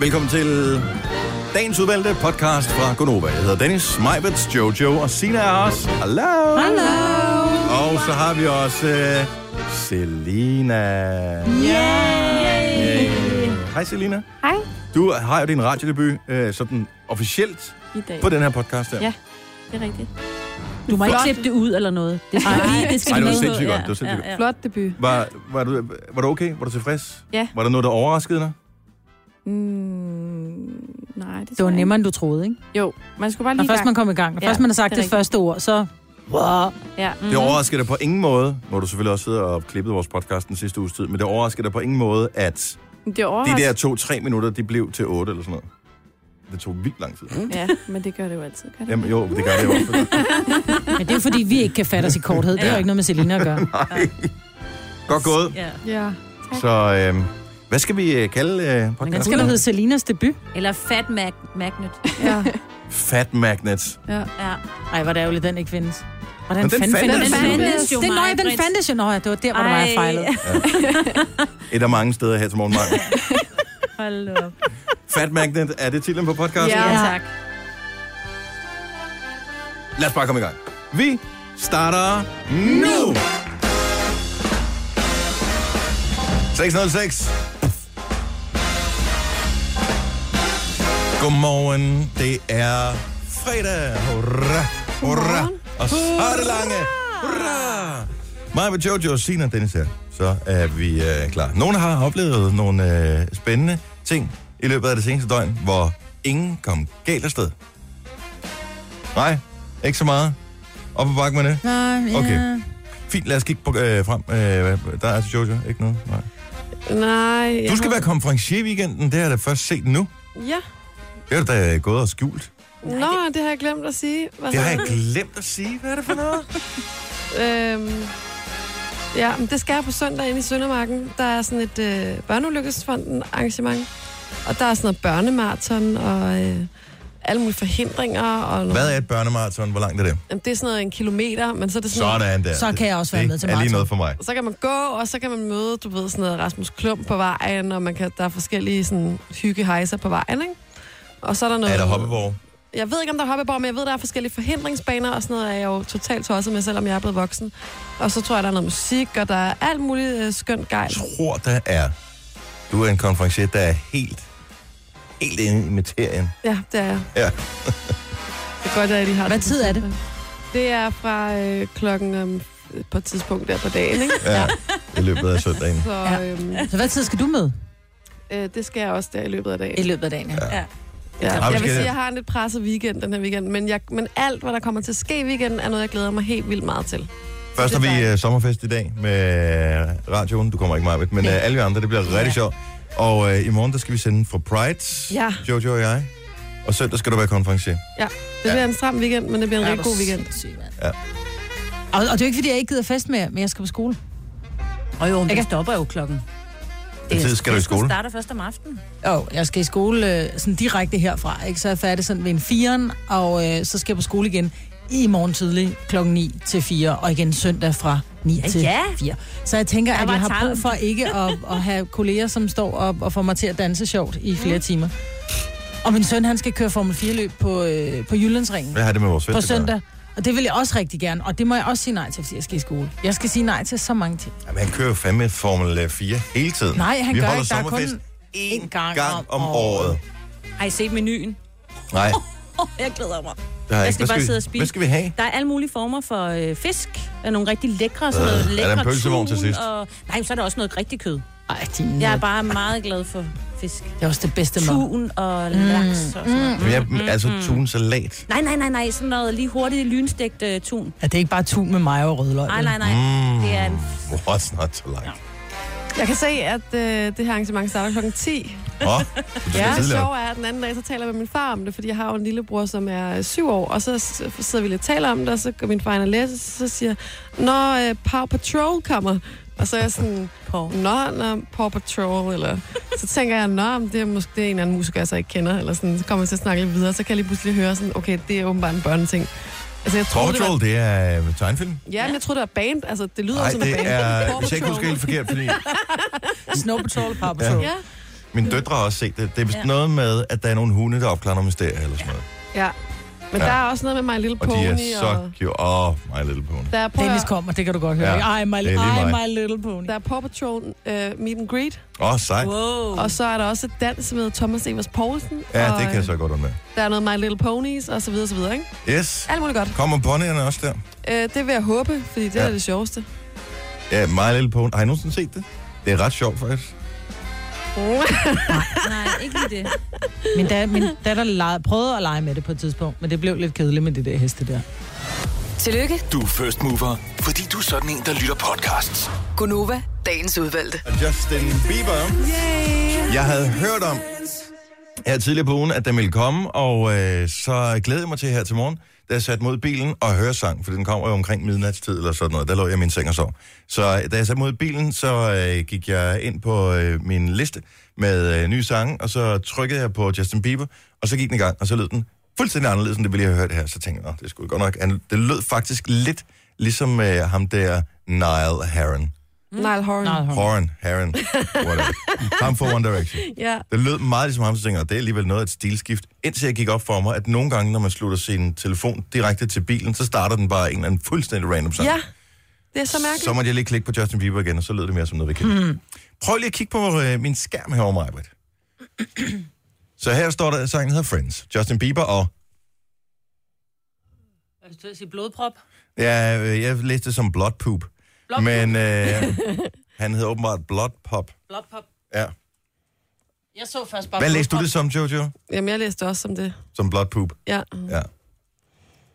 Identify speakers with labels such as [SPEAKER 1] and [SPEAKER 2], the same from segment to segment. [SPEAKER 1] Velkommen til dagens udvalgte podcast fra Gonova. Jeg hedder Dennis, Majbets, Jojo og Sina er os. Hallo!
[SPEAKER 2] Hallo.
[SPEAKER 1] Og så har vi også øh, Selina.
[SPEAKER 2] Yay.
[SPEAKER 1] Hej Selina.
[SPEAKER 3] Hej.
[SPEAKER 1] Du har jo din radiodebut øh, sådan officielt
[SPEAKER 3] I dag.
[SPEAKER 1] på den her podcast her.
[SPEAKER 3] Ja, det er rigtigt.
[SPEAKER 2] Du må ikke
[SPEAKER 3] Flot.
[SPEAKER 2] klippe det ud eller noget. Det skal lige, det skal
[SPEAKER 1] Ej, det var
[SPEAKER 2] lige-
[SPEAKER 1] sindssygt godt. Det var sindssygt
[SPEAKER 3] ja, ja.
[SPEAKER 4] Flot debut.
[SPEAKER 1] Var, var, du, var du okay? Var du tilfreds?
[SPEAKER 3] Ja.
[SPEAKER 1] Var der noget, der overraskede dig?
[SPEAKER 3] Mm, nej, det,
[SPEAKER 5] Det var
[SPEAKER 3] tror jeg
[SPEAKER 5] nemmere, end du troede, ikke?
[SPEAKER 3] ikke. Jo, man skulle bare
[SPEAKER 5] Når
[SPEAKER 3] lige
[SPEAKER 5] først man kom i gang, og
[SPEAKER 3] Ja,
[SPEAKER 5] først man har sagt
[SPEAKER 3] det er
[SPEAKER 5] det, første ord, så... Wow.
[SPEAKER 3] Ja. Mm.
[SPEAKER 2] mm-hmm.
[SPEAKER 1] Det overrasker dig på ingen måde, hvor du selvfølgelig også sidder og klippede vores podcast den sidste uges tid, men det overrasker dig på ingen måde, at
[SPEAKER 3] Det
[SPEAKER 1] de
[SPEAKER 3] overrasker.
[SPEAKER 1] der to-tre minutter, de blev til otte eller sådan noget. Det tog vildt lang tid.
[SPEAKER 3] Mm. Ja, men det gør det jo altid. Gør det?
[SPEAKER 1] Jamen jo, det gør det jo også.
[SPEAKER 5] Men det er jo, fordi, vi ikke kan fatte os i korthed. Det har jo ikke noget med Selina at gøre.
[SPEAKER 1] Godt gået.
[SPEAKER 2] Ja.
[SPEAKER 4] Ja.
[SPEAKER 1] Så øh, hvad skal vi øh, kalde øh,
[SPEAKER 5] Den
[SPEAKER 1] podcasten?
[SPEAKER 5] skulle hedde Selinas debut.
[SPEAKER 2] Eller Fat mag- Magnet.
[SPEAKER 4] ja.
[SPEAKER 1] Fat Magnets.
[SPEAKER 2] Ja.
[SPEAKER 5] Ej, hvor er det ærgerligt, den ikke findes. Hvordan
[SPEAKER 1] Men den
[SPEAKER 5] fanden
[SPEAKER 1] fandtes.
[SPEAKER 5] findes
[SPEAKER 1] Den
[SPEAKER 5] den?
[SPEAKER 2] fandtes jo,
[SPEAKER 5] Den, nej, den
[SPEAKER 2] Maj-Brit.
[SPEAKER 5] fandtes jo. Nå, ja, det var der, hvor der var jeg
[SPEAKER 2] Ej.
[SPEAKER 5] fejlede.
[SPEAKER 1] Et af mange steder her til morgen. Maja.
[SPEAKER 2] Hold op.
[SPEAKER 1] Fat Magnet, er det titlen på podcasten?
[SPEAKER 4] Ja.
[SPEAKER 2] Ja, tak.
[SPEAKER 1] Lad os bare komme i gang. Vi starter nu! 606. Godmorgen, det er fredag. Hurra, hurra. Og så
[SPEAKER 6] Uh.
[SPEAKER 1] er det lange. Hurra. Maja, med Jojo, Sina og Dennis her. Så er vi øh, klar. Nogle har oplevet nogle øh, spændende ting i løbet af det seneste døgn, hvor ingen kom galt afsted. Nej, ikke så meget. Op og bakke med det. Okay. Fint, lad os kigge på, øh, frem. Øh, hvad- der er til Jojo, ikke noget? Nej.
[SPEAKER 4] Nej.
[SPEAKER 1] Du skal
[SPEAKER 4] jeg-
[SPEAKER 1] være konferencier i weekenden, det har jeg da først set nu.
[SPEAKER 4] Ja.
[SPEAKER 1] Det er du da gået og skjult.
[SPEAKER 4] Nå, det har jeg glemt at sige. Hvad
[SPEAKER 1] Det har jeg
[SPEAKER 4] hedder
[SPEAKER 1] glemt at sige. Hvad er det for noget?
[SPEAKER 4] Øhm, ja, men det skal jeg på søndag inde i Søndermarken. Der er sådan et øh, børneulykkesfonden arrangement. Og der er sådan noget børnemaraton og øh, alle mulige forhindringer. Og noget.
[SPEAKER 1] Hvad er et børnemarathon? Hvor langt er det?
[SPEAKER 4] Jamen, det er sådan noget en kilometer, men så er det sådan noget,
[SPEAKER 1] Sådan der.
[SPEAKER 5] Så kan jeg også være
[SPEAKER 1] det
[SPEAKER 5] med til
[SPEAKER 1] er lige
[SPEAKER 5] maraton.
[SPEAKER 1] noget for mig.
[SPEAKER 4] så kan man gå, og så kan man møde, du ved, sådan noget Rasmus Klump på vejen, og man kan, der er forskellige sådan, hyggehejser på vejen, ikke? Og så er der noget...
[SPEAKER 1] Er der hoppeborg?
[SPEAKER 4] Jeg ved ikke, om der er hoppeborg, men jeg ved, der er forskellige forhindringsbaner og sådan noget, er jeg jo totalt tosset med, selvom jeg er blevet voksen. Og så tror jeg, der er noget musik, og der er alt muligt øh, skønt gejl.
[SPEAKER 1] Tror, der er. Du er en konferencier, der er helt, helt inde i materien.
[SPEAKER 4] Ja, det er jeg.
[SPEAKER 1] Ja.
[SPEAKER 4] Det er godt, at de har
[SPEAKER 5] Hvad
[SPEAKER 4] det.
[SPEAKER 5] tid er det?
[SPEAKER 4] Det er fra øh, klokken øh, på et tidspunkt der på dagen, ikke?
[SPEAKER 1] Ja, i løbet af søndagen.
[SPEAKER 4] Så
[SPEAKER 5] Ja.
[SPEAKER 4] øhm,
[SPEAKER 5] Så hvad tid skal du med
[SPEAKER 4] øh, det skal jeg også der i løbet af
[SPEAKER 5] i
[SPEAKER 4] dagen.
[SPEAKER 5] løbet af dagen? Ja.
[SPEAKER 4] Ja.
[SPEAKER 1] Ej, vi
[SPEAKER 4] Jeg vil
[SPEAKER 1] skal-
[SPEAKER 4] sige, at jeg har en lidt presset weekend den her weekend, men, jeg, men alt, hvad der kommer til at ske i weekenden, er noget, jeg glæder mig helt vildt meget til.
[SPEAKER 1] Først har
[SPEAKER 4] Det er
[SPEAKER 1] vi
[SPEAKER 4] dejligt.
[SPEAKER 1] øh, sommerfest i dag med radioen. Du kommer ikke meget med, men øh, alle vi andre, det bliver rigtig sjovt. Og øh, i morgen, der skal vi sende fra Pride,
[SPEAKER 4] Ja.
[SPEAKER 1] Jojo og jeg. Og søndag skal du være konferencier.
[SPEAKER 4] Det
[SPEAKER 1] Ja.
[SPEAKER 4] bliver en stram weekend, men det bliver en rigtig god weekend.
[SPEAKER 1] Ja.
[SPEAKER 5] Og, og det er jo ikke, fordi jeg ikke gider fest med jer, men jeg skal på skole.
[SPEAKER 2] Og jo, men
[SPEAKER 5] Jeg
[SPEAKER 2] det
[SPEAKER 5] kan-
[SPEAKER 2] stopper jo klokken.
[SPEAKER 1] Hvad tid skal du i skole?
[SPEAKER 2] starter først om aftenen.
[SPEAKER 5] Jo, oh, jeg skal i skole øh, sådan direkte herfra, ikke? Så er jeg færdig sådan ved en firen, og øh, så skal jeg på skole igen i morgen tidlig kl. 9 til 4, og igen søndag fra 9
[SPEAKER 2] Ja,
[SPEAKER 5] til
[SPEAKER 2] ja.
[SPEAKER 5] 4. Så jeg tænker,
[SPEAKER 2] Der
[SPEAKER 5] at
[SPEAKER 2] var
[SPEAKER 5] jeg har brug
[SPEAKER 2] time.
[SPEAKER 5] for ikke at, at have kolleger, som står og, og får mig til at danse sjovt i flere timer. Og min søn, han skal køre Formel 4-løb på, øh, på Jyllandsringen
[SPEAKER 1] Hvad har det med vores fest
[SPEAKER 5] på
[SPEAKER 1] at gøre?
[SPEAKER 5] søndag. Og det vil jeg også rigtig gerne, og det må jeg også sige nej til, fordi jeg skal i skole. Jeg skal sige nej til så mange ting.
[SPEAKER 1] Jamen, han kører jo fandme Formel øh, 4 hele tiden.
[SPEAKER 5] Nej, han
[SPEAKER 1] vi
[SPEAKER 5] gør
[SPEAKER 1] holder
[SPEAKER 5] ikke. Der er kun
[SPEAKER 1] sommerfest én
[SPEAKER 5] én gang
[SPEAKER 1] gang om,
[SPEAKER 5] om
[SPEAKER 1] året.
[SPEAKER 2] Har I set menuen?
[SPEAKER 1] Nej,
[SPEAKER 2] Oh, jeg glæder mig.
[SPEAKER 1] det har jeg
[SPEAKER 2] Jeg
[SPEAKER 1] ikke.
[SPEAKER 2] skal
[SPEAKER 1] Hvad
[SPEAKER 2] bare
[SPEAKER 1] skal,
[SPEAKER 2] sidde
[SPEAKER 1] vi,
[SPEAKER 2] og spise.
[SPEAKER 1] hvad skal vi have?
[SPEAKER 2] Der er alle mulige former for øh, fisk. Der er nogle rigtig lækre, sådan
[SPEAKER 1] Øh,
[SPEAKER 2] noget
[SPEAKER 1] er der
[SPEAKER 2] lækre
[SPEAKER 1] en pølsevogn til
[SPEAKER 2] tun,
[SPEAKER 1] sidst?
[SPEAKER 2] Og... Nej, så er der også noget rigtig kød.
[SPEAKER 5] Ej, din,
[SPEAKER 2] Jeg
[SPEAKER 5] jeg
[SPEAKER 2] er bare meget glad for fisk.
[SPEAKER 5] det er også det bedste Mm. mad.
[SPEAKER 2] Tun og laks og sådan noget. Mm,
[SPEAKER 1] Men jeg, altså, tunsalat.
[SPEAKER 2] Nej, nej, nej, nej. Sådan noget lige hurtigt lynstegt uh, tun.
[SPEAKER 5] Ja, det er ikke bare tun med mig og rødløg.
[SPEAKER 2] Nej,
[SPEAKER 5] vel?
[SPEAKER 2] nej, nej.
[SPEAKER 1] Mm.
[SPEAKER 2] Det er en...
[SPEAKER 1] What's not to like?
[SPEAKER 4] Jeg kan se, at øh, det her arrangement starter klokken 10.
[SPEAKER 1] Åh, oh, du skal
[SPEAKER 4] Ja, det
[SPEAKER 1] tidligere. op.
[SPEAKER 4] sjove er, at den anden dag, så taler jeg med min far om det, fordi jeg har jo en lillebror, som er øh, syv år, og så s- sidder vi lidt og taler om det, og så går min far ind og læser, så siger når øh, Paw Patrol kommer, og så er jeg sådan,
[SPEAKER 2] Paw.
[SPEAKER 4] nå, nå, Paw Patrol, eller så tænker jeg, nå, men det er måske det er en eller anden musiker, jeg så ikke kender, eller sådan, så kommer jeg til at snakke lidt videre, så kan jeg lige pludselig høre sådan, okay, det er åbenbart en børneting. Altså, jeg
[SPEAKER 1] Paw
[SPEAKER 4] troede, det var,
[SPEAKER 1] Patrol, det er øh, tegnfilm.
[SPEAKER 4] ja, men jeg troede, det var band, altså, det lyder
[SPEAKER 1] Nej,
[SPEAKER 4] som
[SPEAKER 1] det
[SPEAKER 4] en band.
[SPEAKER 1] er...
[SPEAKER 4] Paw
[SPEAKER 1] Hvis jeg ikke
[SPEAKER 4] Patrol.
[SPEAKER 1] husker helt forkert, fordi
[SPEAKER 5] Snow Patrol, Paw Patrol.
[SPEAKER 4] Ja,
[SPEAKER 1] Min døtre har også set det. Det er vist ja.
[SPEAKER 2] Ja.
[SPEAKER 1] noget med, at der er nogle hunde, der opklarer nogle mysterier eller sådan noget.
[SPEAKER 4] Ja. Men
[SPEAKER 1] Ja.
[SPEAKER 4] ja. der er også noget med My Little
[SPEAKER 1] Og
[SPEAKER 4] Pony.
[SPEAKER 1] de er så
[SPEAKER 4] og
[SPEAKER 1] cute. Åh, oh, my little pony.
[SPEAKER 4] der er, prøv,
[SPEAKER 5] Dennis
[SPEAKER 4] at-
[SPEAKER 5] kommer, det kan du godt høre.
[SPEAKER 1] Ja,
[SPEAKER 5] Ja, I, my,
[SPEAKER 1] det er lige
[SPEAKER 5] I,
[SPEAKER 1] mig.
[SPEAKER 5] my little pony.
[SPEAKER 4] der er Paw Patrol uh, Meet and Greet,
[SPEAKER 1] Åh, oh, sejt.
[SPEAKER 2] Wow.
[SPEAKER 4] og så er der også et dans med Thomas Evers Poulsen.
[SPEAKER 1] Ja,
[SPEAKER 4] og,
[SPEAKER 1] det kan jeg
[SPEAKER 4] øh,
[SPEAKER 1] så godt undvære.
[SPEAKER 4] Der er noget My Little Ponies, og så videre, så videre, ikke?
[SPEAKER 1] Yes.
[SPEAKER 4] Alt muligt godt.
[SPEAKER 1] Kommer ponyerne også der?
[SPEAKER 4] Uh, det vil jeg håbe, fordi det
[SPEAKER 1] Ja.
[SPEAKER 4] ja. er det sjoveste.
[SPEAKER 1] Ja, My Little Pony. Har I nogensinde set det? Det er ret sjovt, faktisk.
[SPEAKER 2] Nej, ikke lige det.
[SPEAKER 5] Min, da, min datter lege, prøvede at lege med det på et tidspunkt, men det blev lidt kedeligt med det der heste der.
[SPEAKER 7] Tillykke,
[SPEAKER 6] Du er first mover, fordi du er sådan en, der lytter podcasts.
[SPEAKER 7] Gunova, dagens udvalgte.
[SPEAKER 1] Og Justin Bieber. Jeg havde hørt om her tidligere på ugen, at den ville komme, og øh, så glædede jeg mig til her til morgen, da jeg satte mod bilen og hørte sang, for den kommer jo omkring midnatstid eller sådan noget. Der lå jeg i min seng og sov. Så øh, da jeg satte mod bilen, så øh, gik jeg ind på øh, min liste med øh, nye sange, og så trykkede jeg på Justin Bieber, og så gik den i gang, og så lød den fuldstændig anderledes, end det ville jeg have hørt her. Så tænkte jeg, "Nå, det skulle godt nok. an-" Det lød faktisk lidt ligesom øh, ham der Nile Herron.
[SPEAKER 4] Mm. Nile Horan.
[SPEAKER 5] Nej, hold.
[SPEAKER 1] Horan, Herron, whatever. Ham for One Direction.
[SPEAKER 4] Ja.
[SPEAKER 1] Det lød meget ligesom ham, så tænker jeg, det er alligevel noget af et stilskift. Indtil jeg gik op for mig, at nogle gange, når man slutter sin telefon direkte til bilen, så starter den bare en eller anden fuldstændig random sang.
[SPEAKER 4] ja, det er så mærkeligt.
[SPEAKER 1] så måtte jeg lige klikke på Justin Bieber igen, og så lød det mere som noget, vi kender. Hmm. Prøv lige at kigge på øh, min skærm herovre, mig, Britt. Så her står der, at sangen hedder Friends. Justin Bieber og...
[SPEAKER 5] Jeg skulle til at sige blodprop.
[SPEAKER 1] Ja, øh, jeg læste det som Blood Poop.
[SPEAKER 5] Blood
[SPEAKER 1] men øh, han hedder åbenbart Blood Pop.
[SPEAKER 5] Blodprop.
[SPEAKER 1] Ja.
[SPEAKER 5] Jeg så først bare
[SPEAKER 1] Hvad læste du det som, Jojo?
[SPEAKER 4] Jamen, jeg læste også om det.
[SPEAKER 1] Som Blood Poop?
[SPEAKER 4] Ja.
[SPEAKER 1] Ja.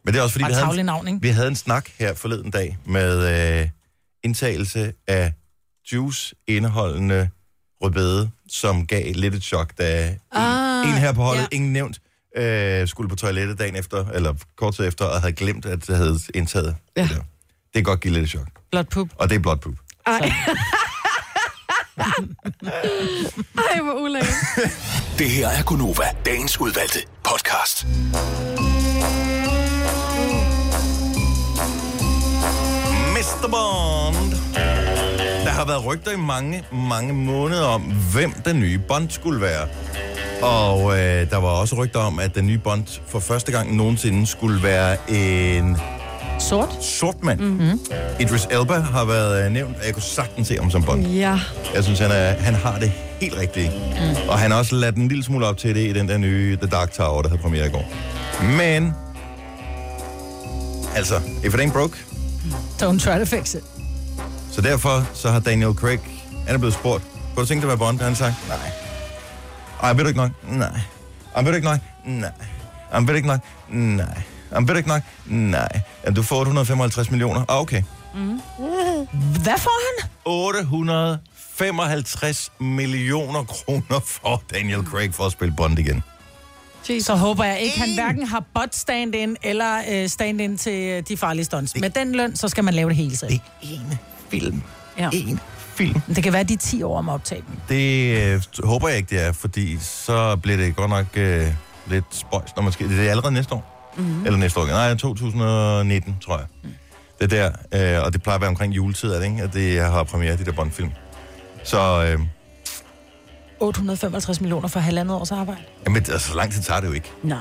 [SPEAKER 1] Men det er også fordi,
[SPEAKER 5] Bare
[SPEAKER 1] vi havde,
[SPEAKER 5] tavlig
[SPEAKER 1] en,
[SPEAKER 5] navn, ikke?
[SPEAKER 1] vi havde en snak her forleden dag med øh, indtagelse af juice-indeholdende rødbede, som gav lidt et chok, da en, ah,
[SPEAKER 5] Ah,
[SPEAKER 1] en her på holdet, ja. ingen nævnt, øh, skulle på toilettet dagen efter, eller kort tid efter, og havde glemt, at det havde indtaget. Ja. Det, der. det kan godt give lidt et chok.
[SPEAKER 5] Blodpup.
[SPEAKER 1] Og det er blot poop.
[SPEAKER 4] Ej, hvor ulækkert.
[SPEAKER 6] Det her er Gunova, dagens udvalgte podcast.
[SPEAKER 1] Mr. Bond. Der har været rygter i mange, mange måneder om, hvem den nye Bond skulle være. Og øh, der var også rygter om, at den nye Bond for første gang nogensinde skulle være en
[SPEAKER 5] Sort.
[SPEAKER 1] sort mand. Mm-hmm. Idris Elba har været øh, nævnt, og jeg kunne sagtens se ham som Bond.
[SPEAKER 4] Ja.
[SPEAKER 1] Jeg synes, han, er, han har det helt rigtigt. Mm. Og han har også ladt en lille smule op til det i den der nye The Dark Tower, der havde premiere i går. Men, altså, if it ain't broke,
[SPEAKER 5] Don't try to fix it.
[SPEAKER 1] Så derfor så har Daniel Craig, han er blevet spurgt, kunne du tænke dig at være Bond? Han har sagt, nej. Ej, ved du ikke nok? Nej. Ej, ved du ikke nok? Nej. Ej, ved du ikke nok? Nej. Ej, ved du ikke nok? Nej. Jamen, du får 855 millioner. Ah, okay.
[SPEAKER 2] Mm.
[SPEAKER 5] Hvad får han?
[SPEAKER 1] 855 millioner kroner for Daniel Craig for at spille Bond igen.
[SPEAKER 5] Så håber jeg ikke, han hverken har bot stand-in eller øh, stand-in til øh, de farlige stunts. Med den løn, så skal man lave det hele selv.
[SPEAKER 1] Det er ene film.
[SPEAKER 5] Ja.
[SPEAKER 1] En film.
[SPEAKER 5] Men Det kan være, at de er 10 år om at optage dem.
[SPEAKER 1] Det øh, håber jeg ikke, det er, fordi så bliver det godt nok øh, lidt spøjs, når man skal... Det er allerede næste år. Mm-hmm. Eller næste år. igen. Nej, 2019, tror jeg. Mm. Det er der, øh, og det plejer at være omkring juletid, er det, ikke? At det har premiere, de der Bond-film. Så, øh,
[SPEAKER 5] $855 millioner for halvandet års arbejde.
[SPEAKER 1] jamen, altså, så lang tid tager det jo ikke.
[SPEAKER 2] Nej.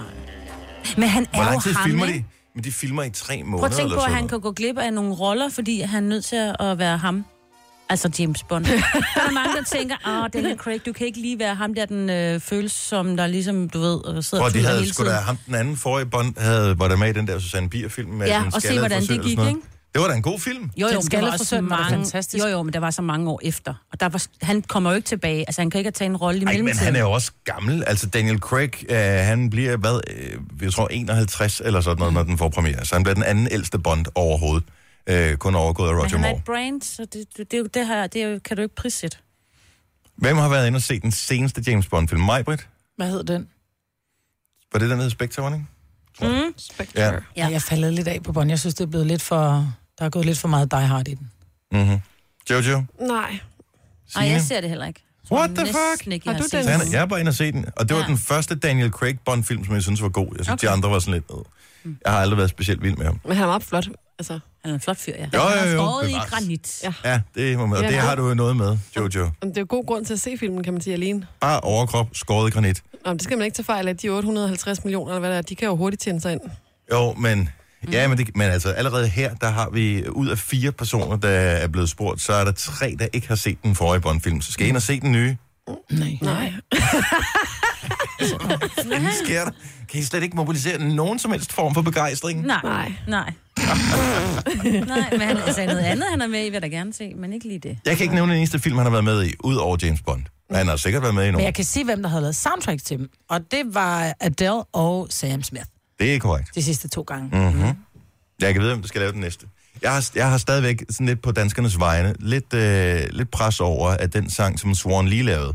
[SPEAKER 2] Men han er
[SPEAKER 1] Hvor lang
[SPEAKER 2] jo
[SPEAKER 1] tid
[SPEAKER 2] ham,
[SPEAKER 1] filmer
[SPEAKER 2] ikke?
[SPEAKER 1] de? Men de filmer i tre måneder
[SPEAKER 2] Prøv at tænke
[SPEAKER 1] eller
[SPEAKER 2] på, at
[SPEAKER 1] sådan
[SPEAKER 2] han kan
[SPEAKER 1] noget.
[SPEAKER 2] gå glip af nogle roller, fordi han er nødt til at være ham. Altså James Bond. der er mange, der tænker, ah, Daniel Craig, du kan ikke lige være ham der, den øh, føles som, der ligesom, du ved, øh, sidder
[SPEAKER 1] Prøv,
[SPEAKER 2] og
[SPEAKER 1] de
[SPEAKER 2] tuder
[SPEAKER 1] havde
[SPEAKER 2] hele
[SPEAKER 1] sgu
[SPEAKER 2] tiden.
[SPEAKER 1] da ham den anden forrige Bond, havde, var der med i den der Susanne Bier-film. Med
[SPEAKER 2] Ja,
[SPEAKER 1] den
[SPEAKER 2] og se,
[SPEAKER 1] skaldede
[SPEAKER 2] hvordan det
[SPEAKER 1] frisør og sådan
[SPEAKER 2] gik,
[SPEAKER 1] noget.
[SPEAKER 2] ikke?
[SPEAKER 1] Det var da en god film.
[SPEAKER 2] Jo,
[SPEAKER 5] Den
[SPEAKER 2] jo, men der
[SPEAKER 5] skalle
[SPEAKER 2] var også
[SPEAKER 5] frisør var da
[SPEAKER 2] mange,
[SPEAKER 5] fantastisk.
[SPEAKER 2] Jo, jo, men der var så mange år efter. Og der var, han kommer jo ikke tilbage. Altså, han kan ikke have taget en rolle i
[SPEAKER 1] Ej,
[SPEAKER 2] mellemtiden.
[SPEAKER 1] men han er jo også gammel. Altså, Daniel Craig, øh, han bliver, hvad, øh, jeg tror 51 eller sådan
[SPEAKER 2] Mhm.
[SPEAKER 1] noget, når den får premiere. Så han bliver den anden ældste Bond overhovedet. Øh, kun overgået af
[SPEAKER 2] Men
[SPEAKER 1] Roger
[SPEAKER 2] han er
[SPEAKER 1] Moore.
[SPEAKER 2] et brand, så det, det, det, er jo- det, her, det er jo- kan du ikke prissætte.
[SPEAKER 1] Hvem har været inde og set den seneste James Bond-film? Majbrit?
[SPEAKER 5] Hvad hed den?
[SPEAKER 1] Var det den, der hed Spectre, var det ikke?
[SPEAKER 2] Mm.
[SPEAKER 4] Spectre.
[SPEAKER 1] Ja.
[SPEAKER 4] Ja.
[SPEAKER 5] Ja. Jeg faldet lidt af på Bond. Jeg synes, det er blevet lidt for... Der er gået lidt for meget Die Hard i den.
[SPEAKER 1] Mm-hmm. Jojo?
[SPEAKER 4] Nej.
[SPEAKER 1] Signe?
[SPEAKER 2] Nej, jeg ser det heller ikke.
[SPEAKER 1] What the fuck?
[SPEAKER 2] Næsten ikke,
[SPEAKER 4] Har
[SPEAKER 2] jeg har,
[SPEAKER 4] du
[SPEAKER 2] set
[SPEAKER 4] den?
[SPEAKER 1] Så han, jeg var inde og se den, og det var
[SPEAKER 2] Ja.
[SPEAKER 1] den første Daniel Craig Bond-film, som jeg synes var god. Jeg synes, okay. de andre var sådan lidt... Øh. Jeg har aldrig været specielt vild med ham.
[SPEAKER 4] Men han er meget flot. Altså,
[SPEAKER 2] Han er en flot fyr, ja.
[SPEAKER 1] Jo,
[SPEAKER 2] Han
[SPEAKER 1] jo,
[SPEAKER 2] er
[SPEAKER 1] jo,
[SPEAKER 2] skåret i
[SPEAKER 1] bevares.
[SPEAKER 2] granit.
[SPEAKER 4] Ja.
[SPEAKER 2] Ja.
[SPEAKER 1] Ja, det må man, og
[SPEAKER 4] Ja.
[SPEAKER 1] det har du jo noget med, Jojo.
[SPEAKER 4] om det er jo god grund til at se filmen, kan man sige alene.
[SPEAKER 1] Bare overkrop, skåret i granit.
[SPEAKER 4] Nå, men det skal man ikke tage fejl af. De 850 millioner, eller hvad der er, de kan jo hurtigt tjene sig ind.
[SPEAKER 1] Jo, men... Ja, men, det, men altså, allerede her, der har vi ud af fire personer, der er blevet spurgt, så er der tre, der ikke har set den forrige Bond-film. Så skal I ind og se den nye.
[SPEAKER 5] Nej.
[SPEAKER 4] Nej.
[SPEAKER 1] Hvad sker der? Kan I slet ikke mobilisere nogen som helst form for begejstring?
[SPEAKER 2] Nej.
[SPEAKER 4] Nej.
[SPEAKER 2] Nej. Nej, men han, altså noget andet, han er med i, vil jeg da gerne se, men ikke lige det.
[SPEAKER 1] Jeg kan ikke nævne den eneste film, han har været med i, ud over James Bond. Men han har sikkert været med i
[SPEAKER 5] Men
[SPEAKER 1] nogen.
[SPEAKER 5] jeg kan se, hvem der havde lavet soundtrack til dem. Og det var Adele og Sam Smith
[SPEAKER 1] Det er korrekt. Mhm.
[SPEAKER 5] de sidste to gange.
[SPEAKER 1] Mm. Jeg kan vide, hvem der skal lave den næste. Jeg har, jeg har stadigvæk sådan lidt på danskernes vegne, lidt, øh, lidt pres over, at den sang, som Swan lige lavede,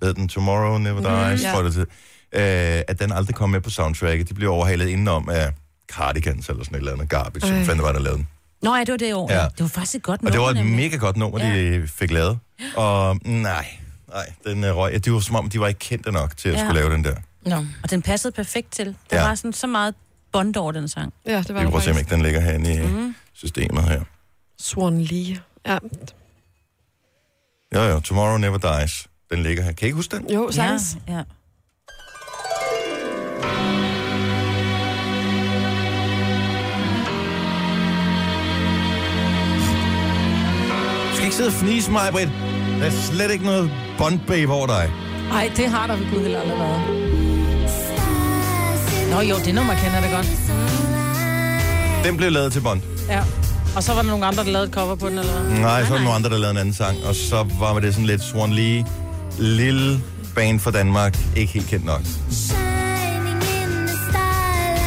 [SPEAKER 1] ved den Tomorrow Never Dies, mm,
[SPEAKER 4] ja.
[SPEAKER 1] tror jeg, det hed, øh, at den aldrig kom med på soundtracket. De blev overhalet indenom af Cardigans eller sådan et eller andet garbage, som fandt var, der lavede den.
[SPEAKER 2] Nå ja, det var det i år.
[SPEAKER 1] Ja.
[SPEAKER 2] Ja. Det var faktisk et godt
[SPEAKER 1] Og det var et
[SPEAKER 2] nemlig.
[SPEAKER 1] mega godt nummer, de fik lavet. Og nej, nej, den øh, røg. Ja, Det var som om, de var ikke kendte nok til at ja.
[SPEAKER 2] Ja.
[SPEAKER 1] skulle lave den der.
[SPEAKER 5] Nå.
[SPEAKER 2] Og den passede perfekt til. Der
[SPEAKER 1] Ja.
[SPEAKER 2] ja. var sådan så meget bond over den sang.
[SPEAKER 4] Ja, det var
[SPEAKER 1] Vi kan
[SPEAKER 4] det
[SPEAKER 1] prøve at se, om
[SPEAKER 4] faktisk.
[SPEAKER 1] ikke den ligger herinde i mm. systemet her.
[SPEAKER 4] Swan Lee. Ja.
[SPEAKER 1] Jo, jo, Tomorrow Never Dies. Den ligger her. Kan I ikke huske den?
[SPEAKER 4] Jo, sagtens.
[SPEAKER 2] Ja, ja.
[SPEAKER 1] Du skal ikke sidde og fnise mig, Britt. Der er slet ikke noget bondbabe over dig.
[SPEAKER 5] Nej, det har der ved Gud heller aldrig været. Nå jo, det nummer kender jeg da godt.
[SPEAKER 1] Den blev lavet til Bond.
[SPEAKER 5] Ja. Og så var der nogle andre, der lavede et cover på den, eller hvad?
[SPEAKER 1] Nej, så var der nogle andre, der lavede en anden sang. Og så var det sådan lidt Swan Lee. Lille band fra Danmark. Ikke helt kendt nok.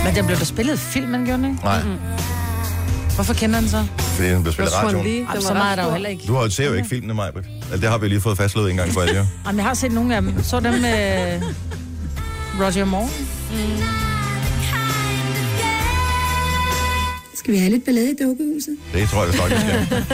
[SPEAKER 5] Men den blev da spillet i filmen, gjorde den ikke?
[SPEAKER 1] Nej,
[SPEAKER 5] Hvorfor kender den så?
[SPEAKER 1] fordi den blev
[SPEAKER 4] Det var
[SPEAKER 1] spillet i
[SPEAKER 4] Swan
[SPEAKER 1] radioen.
[SPEAKER 4] Lee.
[SPEAKER 5] Jamen,
[SPEAKER 4] Den
[SPEAKER 5] så
[SPEAKER 4] var
[SPEAKER 5] meget er der
[SPEAKER 4] ret
[SPEAKER 5] jo
[SPEAKER 4] stor.
[SPEAKER 5] heller ikke.
[SPEAKER 1] Du har jo ser jo ikke filmene, Majbert. Altså, det har vi jo lige fået fastslået en gang for alle. jo.
[SPEAKER 5] Jamen, jeg har set nogle af dem. Så dem med Roger Moore.
[SPEAKER 8] Skal vi have lidt ballade i dukkehuset?
[SPEAKER 1] Det tror jeg, vi nok, vi skal.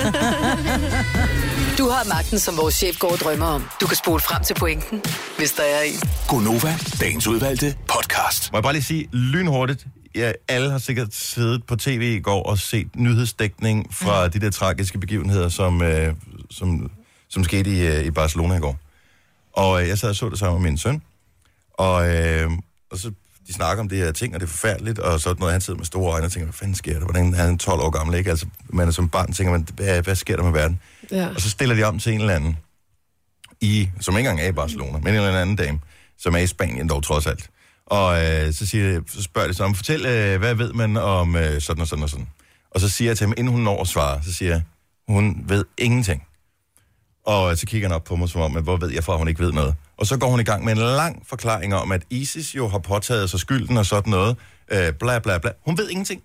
[SPEAKER 7] Du har magten, som vores chef går og drømmer om. Du kan spole frem til pointen, hvis der er en.
[SPEAKER 6] Gonova, dagens udvalgte podcast.
[SPEAKER 1] Må jeg bare lige sige lynhurtigt, ja, alle har sikkert siddet på tv i går og set nyhedsdækning fra de der tragiske begivenheder, som, øh, som, som skete i, øh, i Barcelona i går. Og øh, jeg sad og så det sammen med min søn, og, øh, og så de snakker om det her ting, og det er forfærdeligt, og sådan noget, han sidder med store øjne og tænker, hvad fanden sker der? Hvordan han er 12 år gammel, ikke? Altså, man er som barn, tænker man, hvad, hvad sker der med verden?
[SPEAKER 4] Ja.
[SPEAKER 1] Og så stiller de om til en eller anden, i, som ikke engang er i Barcelona, men en eller anden dame, som er i Spanien dog trods alt. Og øh, så, siger, så spørger de så om, fortæl, øh, hvad ved man om øh, sådan og sådan og sådan. Og så siger jeg til ham, inden hun når at svare, så siger jeg, hun ved ingenting. Og øh, så kigger han op på mig som om, at hvor ved jeg fra, at hun ikke ved noget. Og så går hun i gang med en lang forklaring om, at ISIS jo har påtaget sig skylden og sådan noget. Øh, bla bla bla. Hun ved ingenting.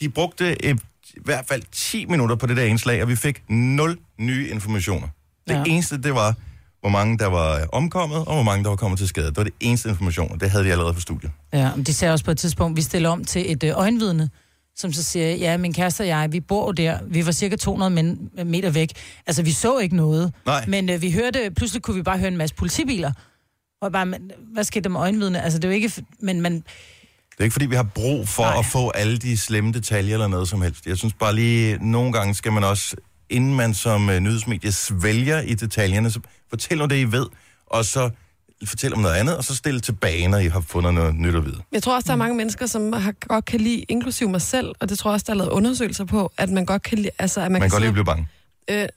[SPEAKER 1] De brugte øh, i hvert fald 10 minutter på det der indslag, og vi fik nul nye informationer. Det ja.
[SPEAKER 5] Ja.
[SPEAKER 1] eneste, det var, hvor mange der var øh, omkommet, og hvor mange der var kommet til skade. Det var det eneste information, og det havde de allerede fra studiet.
[SPEAKER 5] Ja, men de sagde også på et tidspunkt, vi stiller om til et øh, øjenvidne, som så siger, ja, min kæreste og jeg, vi bor jo der, vi var cirka 200 men- øh, meter væk. Altså, vi så ikke noget,
[SPEAKER 1] Nej.
[SPEAKER 5] men øh, vi hørte, pludselig kunne vi bare høre en masse politibiler. Og jeg bare, men, hvad skete der med øjenvidne? Altså, det er jo ikke, f- men man,
[SPEAKER 1] Det er ikke, fordi vi har brug for Nej.
[SPEAKER 5] Nej.
[SPEAKER 1] at få alle de slemme detaljer eller noget som helst. Jeg synes bare lige, nogle gange skal man også, inden man som øh, nyhedsmedie svælger i detaljerne, så fortæl nu det, I ved, og så fortæl om noget andet, og så stille tilbage, når I har fundet noget nyt at vide.
[SPEAKER 4] Jeg tror også, der er mange mennesker, som har, godt kan lide, inklusiv mig selv, og det tror jeg også, der er lavet undersøgelser på, at man godt kan lide, altså, at man,
[SPEAKER 1] Man kan
[SPEAKER 4] kan
[SPEAKER 1] godt lige
[SPEAKER 4] sidde-
[SPEAKER 1] blive bange.
[SPEAKER 4] Øh,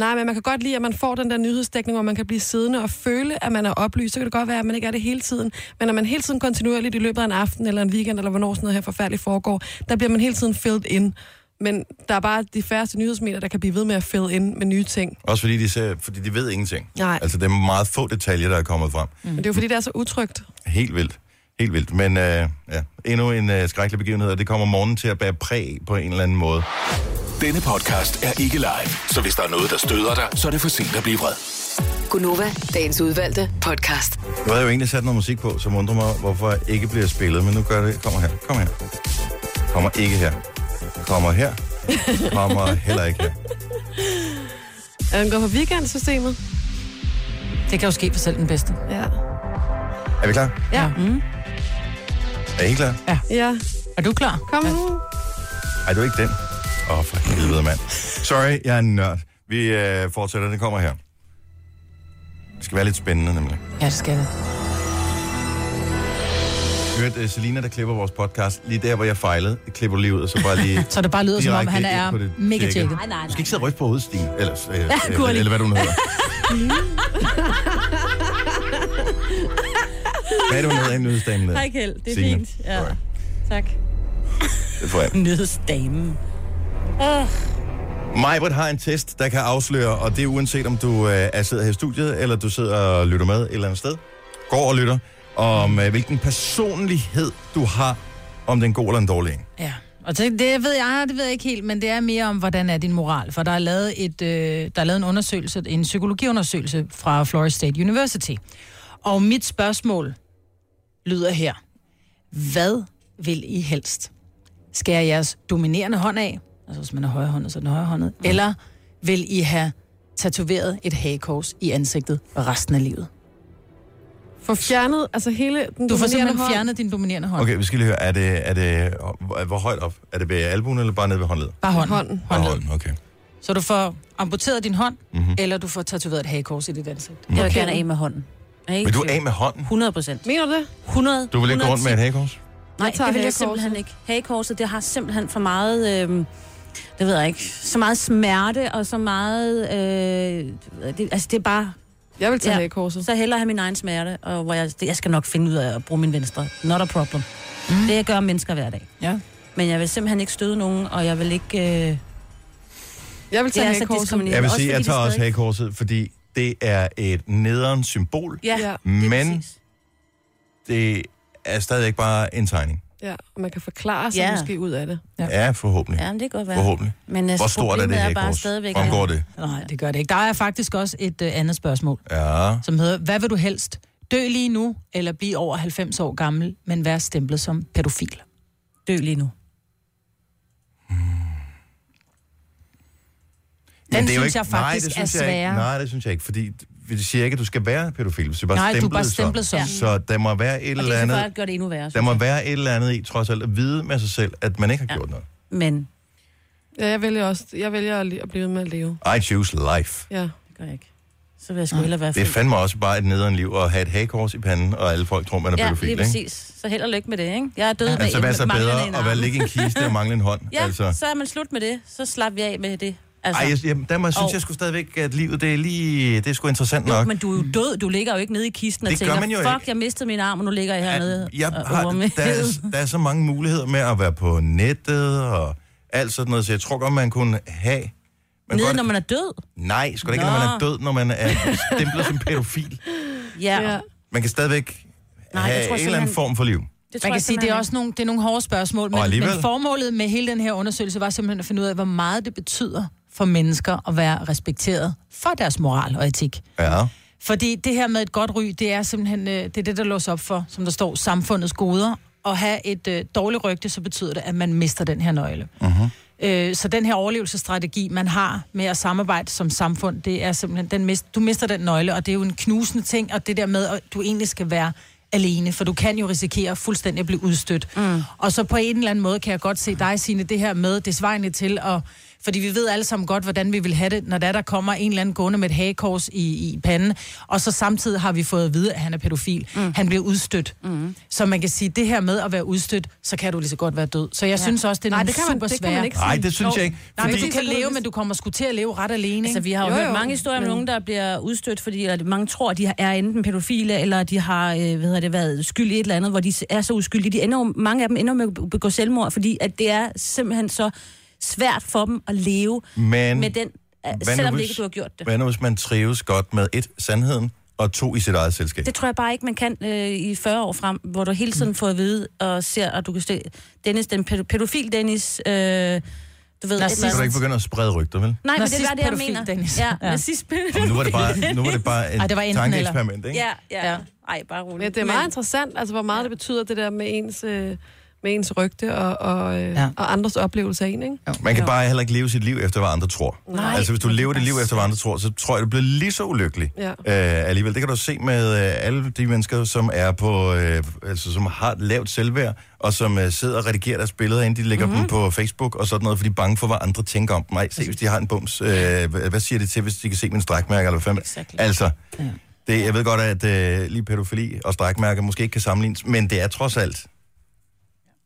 [SPEAKER 4] nej, men man kan godt lide, at man får den der nyhedsdækning, hvor man kan blive siddende og føle, at man er oplyst. Så kan det godt være, at man ikke er det hele tiden. Men når man hele tiden kontinuerligt i løbet af en aften eller en weekend, eller hvornår sådan noget her forfærdeligt foregår, der bliver man hele tiden filled in. Men der er bare de færreste nyhedsmedier, der kan blive ved med at fill in med nye ting.
[SPEAKER 5] Mm.
[SPEAKER 1] Også fordi de, ser, fordi de ved ingenting.
[SPEAKER 4] Nej.
[SPEAKER 1] Altså, det er meget få detaljer, der er kommet frem.
[SPEAKER 4] Men det er jo fordi, det er så utrygt.
[SPEAKER 1] Helt vildt. Helt vildt. Men øh, ja, endnu en øh, skrækkelig begivenhed, og det kommer morgen til at bære præg på en eller anden måde.
[SPEAKER 6] Denne podcast er ikke live, så hvis der er noget, der støder dig, så er det for sent at blive vred.
[SPEAKER 7] Gunova, dagens udvalgte podcast.
[SPEAKER 1] Nu havde jeg jo egentlig sat noget musik på, som undrer mig, hvorfor jeg ikke bliver spillet, men nu gør det. Kommer her. Kommer her. Kommer ikke her. Kommer her. Kommer heller ikke her.
[SPEAKER 4] Er den gået på weekendsystemet?
[SPEAKER 5] Det kan jo ske for selv den bedste.
[SPEAKER 4] Ja.
[SPEAKER 1] Er vi klar?
[SPEAKER 4] Ja.
[SPEAKER 5] Mm.
[SPEAKER 1] Er I klar?
[SPEAKER 4] ja.
[SPEAKER 5] Er du klar?
[SPEAKER 4] Kom nu.
[SPEAKER 1] Ej, du er ikke den. Åh, oh, for helvede, mand. Sorry, jeg er en nørd. Vi øh, fortsætter, den kommer her. Det skal være lidt spændende, nemlig.
[SPEAKER 5] Ja, det skal det.
[SPEAKER 1] Hørte uh, Selina, der klipper vores podcast, lige der, hvor jeg fejlede, klipper du lige ud, og så bare lige...
[SPEAKER 5] Så det bare lyder, som om
[SPEAKER 1] direkte
[SPEAKER 5] han
[SPEAKER 1] ind
[SPEAKER 5] er
[SPEAKER 1] på det
[SPEAKER 5] mega
[SPEAKER 1] tjekkede.
[SPEAKER 5] tjekket.
[SPEAKER 2] Nej, nej,
[SPEAKER 1] Du skal
[SPEAKER 2] nej.
[SPEAKER 1] ikke sidde og ryste på hovedet, Stine. Ellers, øh, eller,
[SPEAKER 2] Gurli.
[SPEAKER 1] eller hvad du nu hedder. hvad er det, hun hedder i nyhedsdagen?
[SPEAKER 2] Hej, Kjeld. Det er
[SPEAKER 1] Signe.
[SPEAKER 2] fint. Ja.
[SPEAKER 1] Sorry.
[SPEAKER 2] Tak.
[SPEAKER 1] Det får jeg.
[SPEAKER 2] Nyhedsdamen.
[SPEAKER 8] Øh.
[SPEAKER 1] Majbert har en test, der kan afsløre, og det er uanset om du øh, er sidder her i studiet, eller du sidder og lytter med et eller andet sted, går og lytter, om øh, hvilken personlighed du har, om den er god eller en dårlig en.
[SPEAKER 5] Ja. Og det, det ved jeg, det ved jeg ikke helt, men det er mere om, hvordan er din moral. For der er lavet, et, øh, der er lavet en undersøgelse, en psykologiundersøgelse fra Florida State University. Og mit spørgsmål lyder her. Hvad vil I helst? Skærer jeres dominerende hånd af? Altså hvis man er højrehåndet, så er den højrehåndet. Mm. Eller vil I have tatoveret et hagekors i ansigtet resten af livet?
[SPEAKER 4] Få fjernet, altså hele den
[SPEAKER 5] Du får
[SPEAKER 4] dominerende
[SPEAKER 5] simpelthen
[SPEAKER 4] hånd.
[SPEAKER 5] fjernet din dominerende hånd. Okay.
[SPEAKER 1] Okay, vi skal lige høre, er det, er det, øh, hvor- hvor højt op? Er det ved albuen eller bare nede ved håndledet?
[SPEAKER 5] Bare hånden.
[SPEAKER 4] hånden.
[SPEAKER 1] Bare
[SPEAKER 5] hånden.
[SPEAKER 1] hånden, okay.
[SPEAKER 5] Så du får amputeret din hånd,
[SPEAKER 1] Mm-hmm.
[SPEAKER 5] eller du får tatoveret et hagekors i dit ansigt.
[SPEAKER 2] Jeg vil gerne af med hånden. Jeg er ikke
[SPEAKER 1] Vil du
[SPEAKER 2] i tvivl.
[SPEAKER 1] af med hånden?
[SPEAKER 2] 100 procent.
[SPEAKER 4] Mener du det?
[SPEAKER 2] 100
[SPEAKER 1] Du vil ikke gå rundt med et hagekors?
[SPEAKER 2] Nej,
[SPEAKER 4] Jeg tager
[SPEAKER 2] det vil jeg
[SPEAKER 4] hagekorset.
[SPEAKER 2] simpelthen ikke. Hagekorset, det har simpelthen for meget... Øh, det ved jeg ikke. Så meget smerte og så meget... Øh, det, altså, det er bare...
[SPEAKER 4] Jeg vil tage
[SPEAKER 2] Ja.
[SPEAKER 4] ja. korset.
[SPEAKER 2] Så hellere have min egen smerte, og hvor jeg, det, jeg skal nok finde ud af at bruge min venstre. Not a problem. Mm. Det jeg gør mennesker hver dag.
[SPEAKER 5] Ja.
[SPEAKER 2] Men jeg vil simpelthen ikke støde nogen, og jeg vil ikke... Øh,
[SPEAKER 4] Jeg vil
[SPEAKER 2] det
[SPEAKER 4] tage
[SPEAKER 2] er så
[SPEAKER 4] hagekorset.
[SPEAKER 2] diskriminerende.
[SPEAKER 1] Jeg vil
[SPEAKER 2] Også
[SPEAKER 1] sige,
[SPEAKER 2] fordi
[SPEAKER 1] jeg
[SPEAKER 2] de
[SPEAKER 1] tager også
[SPEAKER 2] stadig-
[SPEAKER 1] hagekorset, fordi det er et nederen symbol.
[SPEAKER 2] Ja,
[SPEAKER 4] Ja.
[SPEAKER 2] det er
[SPEAKER 1] Men
[SPEAKER 2] præcis.
[SPEAKER 1] det er stadigvæk bare en tegning.
[SPEAKER 4] ja, og man kan forklare sig
[SPEAKER 2] Ja.
[SPEAKER 4] ja. måske ud af det.
[SPEAKER 1] Ja, forhåbentlig.
[SPEAKER 2] Ja, men det kan godt være.
[SPEAKER 1] Forhåbentlig.
[SPEAKER 2] Men altså,
[SPEAKER 1] Hvor stort er det
[SPEAKER 2] problemet
[SPEAKER 1] hagekors? Fremgår det?
[SPEAKER 5] Nej, det gør det ikke. Der er faktisk også et øh, andet spørgsmål,
[SPEAKER 1] Ja.
[SPEAKER 5] som hedder, hvad vil du helst? Dø lige nu, eller blive over 90 år gammel, men være stemplet som pædofil?
[SPEAKER 2] Dø lige nu.
[SPEAKER 5] Den
[SPEAKER 1] Men det er jo
[SPEAKER 5] synes jeg
[SPEAKER 1] nej,
[SPEAKER 5] faktisk
[SPEAKER 1] det
[SPEAKER 5] er
[SPEAKER 1] synes jeg ikke,
[SPEAKER 5] sværere.
[SPEAKER 1] nej, det synes jeg ikke, fordi det siger ikke, at du skal være pædofil. Hvis du bare
[SPEAKER 5] Nej, du er
[SPEAKER 1] stemplet
[SPEAKER 5] bare stemplet
[SPEAKER 1] som.
[SPEAKER 5] som.
[SPEAKER 1] Så der må være et eller
[SPEAKER 2] Og det kan bare
[SPEAKER 1] andet,
[SPEAKER 2] gøre det endnu værre.
[SPEAKER 1] der
[SPEAKER 2] synes
[SPEAKER 1] må
[SPEAKER 2] jeg.
[SPEAKER 1] være et eller andet i, trods alt, at vide med sig selv, at man ikke har
[SPEAKER 2] Ja.
[SPEAKER 1] gjort noget.
[SPEAKER 2] Men
[SPEAKER 4] Ja, jeg vælger også. Jeg vælger at, li- at blive ved med at leve.
[SPEAKER 1] I choose life.
[SPEAKER 4] Ja.
[SPEAKER 2] det gør jeg ikke. Så vil jeg sgu hellere være
[SPEAKER 1] Det er
[SPEAKER 2] fri.
[SPEAKER 1] fandme også bare et nederen liv at have et hagekors i panden, og alle folk tror, man er
[SPEAKER 2] Ja,
[SPEAKER 1] pædofil,
[SPEAKER 2] lige
[SPEAKER 1] ikke?
[SPEAKER 2] præcis. Så held og lykke med det, ikke? Jeg er død med
[SPEAKER 1] Altså,
[SPEAKER 2] en-
[SPEAKER 1] hvad er så
[SPEAKER 2] manglende
[SPEAKER 1] bedre
[SPEAKER 2] en
[SPEAKER 1] at være
[SPEAKER 2] arm.
[SPEAKER 1] ligge i en kiste og mangle en hånd?
[SPEAKER 2] Ja,
[SPEAKER 1] altså.
[SPEAKER 2] så er man slut med det. Så slap vi af med det. Altså,
[SPEAKER 1] Ej, jeg, jamen, der må, synes
[SPEAKER 2] Og-
[SPEAKER 1] jeg sgu stadigvæk, at livet det er lige... Det er sgu interessant nok.
[SPEAKER 2] men du er jo død. Du ligger jo ikke nede i kisten og
[SPEAKER 1] Det gør
[SPEAKER 2] tænker,
[SPEAKER 1] man jo
[SPEAKER 2] fuck,
[SPEAKER 1] ikke."
[SPEAKER 2] jeg mistede min arm, og nu ligger jeg
[SPEAKER 1] at
[SPEAKER 2] hernede.
[SPEAKER 1] jeg
[SPEAKER 2] og
[SPEAKER 1] har,
[SPEAKER 2] øver mig."
[SPEAKER 1] der, er, der er så mange muligheder med at være på nettet og alt sådan noget, så jeg tror godt, man kunne have... Man
[SPEAKER 2] Nede, når man er død.
[SPEAKER 1] Nej, sgu da ikke,
[SPEAKER 2] Nå.
[SPEAKER 1] når man er død, når man er stemplet som pædofil.
[SPEAKER 2] Ja,
[SPEAKER 4] Ja.
[SPEAKER 1] Man kan stadigvæk
[SPEAKER 2] Nej,
[SPEAKER 1] have
[SPEAKER 2] jeg tror
[SPEAKER 1] en eller anden
[SPEAKER 2] simpelthen-
[SPEAKER 1] form for liv.
[SPEAKER 2] det tror
[SPEAKER 5] Man kan
[SPEAKER 2] jeg
[SPEAKER 5] sige, det er også nogle, det er nogle hårde spørgsmål, men,
[SPEAKER 1] alligevel.
[SPEAKER 5] men formålet med hele den her undersøgelse var simpelthen at finde ud af, hvor meget det betyder for mennesker at være respekteret for deres moral og etik.
[SPEAKER 1] Ja.
[SPEAKER 5] Fordi det her med et godt ry, det er simpelthen øh, det, er det der låser op for, som der står, samfundets goder. At have et øh, dårligt rygte, så betyder det, at man mister den her nøgle. Uh-huh. Øh, så den her overlevelsesstrategi, man har med at samarbejde som samfund, det er simpelthen, den mist, du mister den nøgle, og det er jo en knusende ting, og det der med, at du egentlig skal være alene, for du kan jo risikere fuldstændig at blive udstødt. Mm. Og så på en eller anden måde kan jeg godt se dig, Signe, det her med, det svarende til, og, fordi vi ved alle sammen godt, hvordan vi vil have det, når der, der kommer en eller anden gående med et hagekors i, i panden, og så samtidig har vi fået at vide, at han er pædofil. Mm. Han bliver udstødt. Mm. Så man kan sige, det her med at være udstødt, så kan du lige så godt være død. Så jeg ja. synes også, det er
[SPEAKER 4] Nej,
[SPEAKER 5] nogle
[SPEAKER 4] det kan man,
[SPEAKER 5] super
[SPEAKER 4] det kan man
[SPEAKER 5] svære-
[SPEAKER 4] ikke
[SPEAKER 1] Nej, det synes jeg ikke.
[SPEAKER 5] Nej, men
[SPEAKER 1] Fordi
[SPEAKER 5] du kan leve, men du kommer sgu til at leve ret alene.
[SPEAKER 2] Altså,
[SPEAKER 5] Ikke?
[SPEAKER 2] vi har jo,
[SPEAKER 4] Jo,
[SPEAKER 2] jo hørt
[SPEAKER 4] jo,
[SPEAKER 2] mange historier om
[SPEAKER 4] men-
[SPEAKER 2] nogen, der bliver udstødt, fordi eller mange tror, at de er enten pædofile, eller de har øh, hvad hedder det, været skyld i et eller andet, hvor de er så uskyldige. De ender, jo- mange af dem ender med at begå selvmord, fordi at det er simpelthen så svært for dem at leve
[SPEAKER 1] Men
[SPEAKER 2] med den, øh,
[SPEAKER 1] nu
[SPEAKER 2] selvom det
[SPEAKER 1] hvis-
[SPEAKER 2] ikke du har gjort det.
[SPEAKER 1] hvad nu, hvis man trives godt med et, sandheden, og to i sit eget selskab?
[SPEAKER 2] Det tror jeg bare ikke, man kan øh, i 40 år frem, hvor du hele tiden får at vide og ser, og du kan se, Dennis, den pædo- pædofil Dennis, øh, du ved...
[SPEAKER 5] Narcissist.
[SPEAKER 1] Så kan du ikke begynde at sprede rygter, vel?
[SPEAKER 2] Nej, men det er bare det, jeg
[SPEAKER 5] Narcissist,
[SPEAKER 2] mener.
[SPEAKER 5] pædofil Dennis.
[SPEAKER 2] Ja,
[SPEAKER 5] Ja.
[SPEAKER 2] ja. Narcissist,
[SPEAKER 1] Men
[SPEAKER 2] pædofil.
[SPEAKER 1] nu var det bare, nu var det bare et
[SPEAKER 5] Ej, det var enten eller.
[SPEAKER 1] tankeeksperiment, ikke?
[SPEAKER 2] Ja, ja. Ej, bare roligt.
[SPEAKER 4] Men det er meget interessant, altså hvor meget det betyder, det der med ens øh, med ens rygte og, og, øh,
[SPEAKER 5] Ja.
[SPEAKER 4] ja. og andres oplevelser af en, ikke?
[SPEAKER 1] Man kan bare heller ikke leve sit liv efter, hvad andre tror.
[SPEAKER 5] Nej.
[SPEAKER 1] Altså, hvis du lever dit liv efter, hvad andre tror, så tror jeg, du bliver lige så ulykkelig
[SPEAKER 4] Ja.
[SPEAKER 1] øh, alligevel. Det kan du se med øh, alle de mennesker, som er på, øh, altså, som har lavt selvværd, og som øh, sidder og redigerer deres billeder, inden de lægger
[SPEAKER 5] Mhm.
[SPEAKER 1] mm-hmm. dem på Facebook og sådan noget, fordi de er bange for, hvad andre tænker om dem. Nej, se, hvis de har en bums. Øh, hva- hvad siger det til, hvis de kan se min strækmærke? Eller hvad fanden?
[SPEAKER 5] Exactly.
[SPEAKER 1] Altså, det, jeg ved godt, at øh, lige pædofili og strækmærker måske ikke kan sammenlignes, men det er trods alt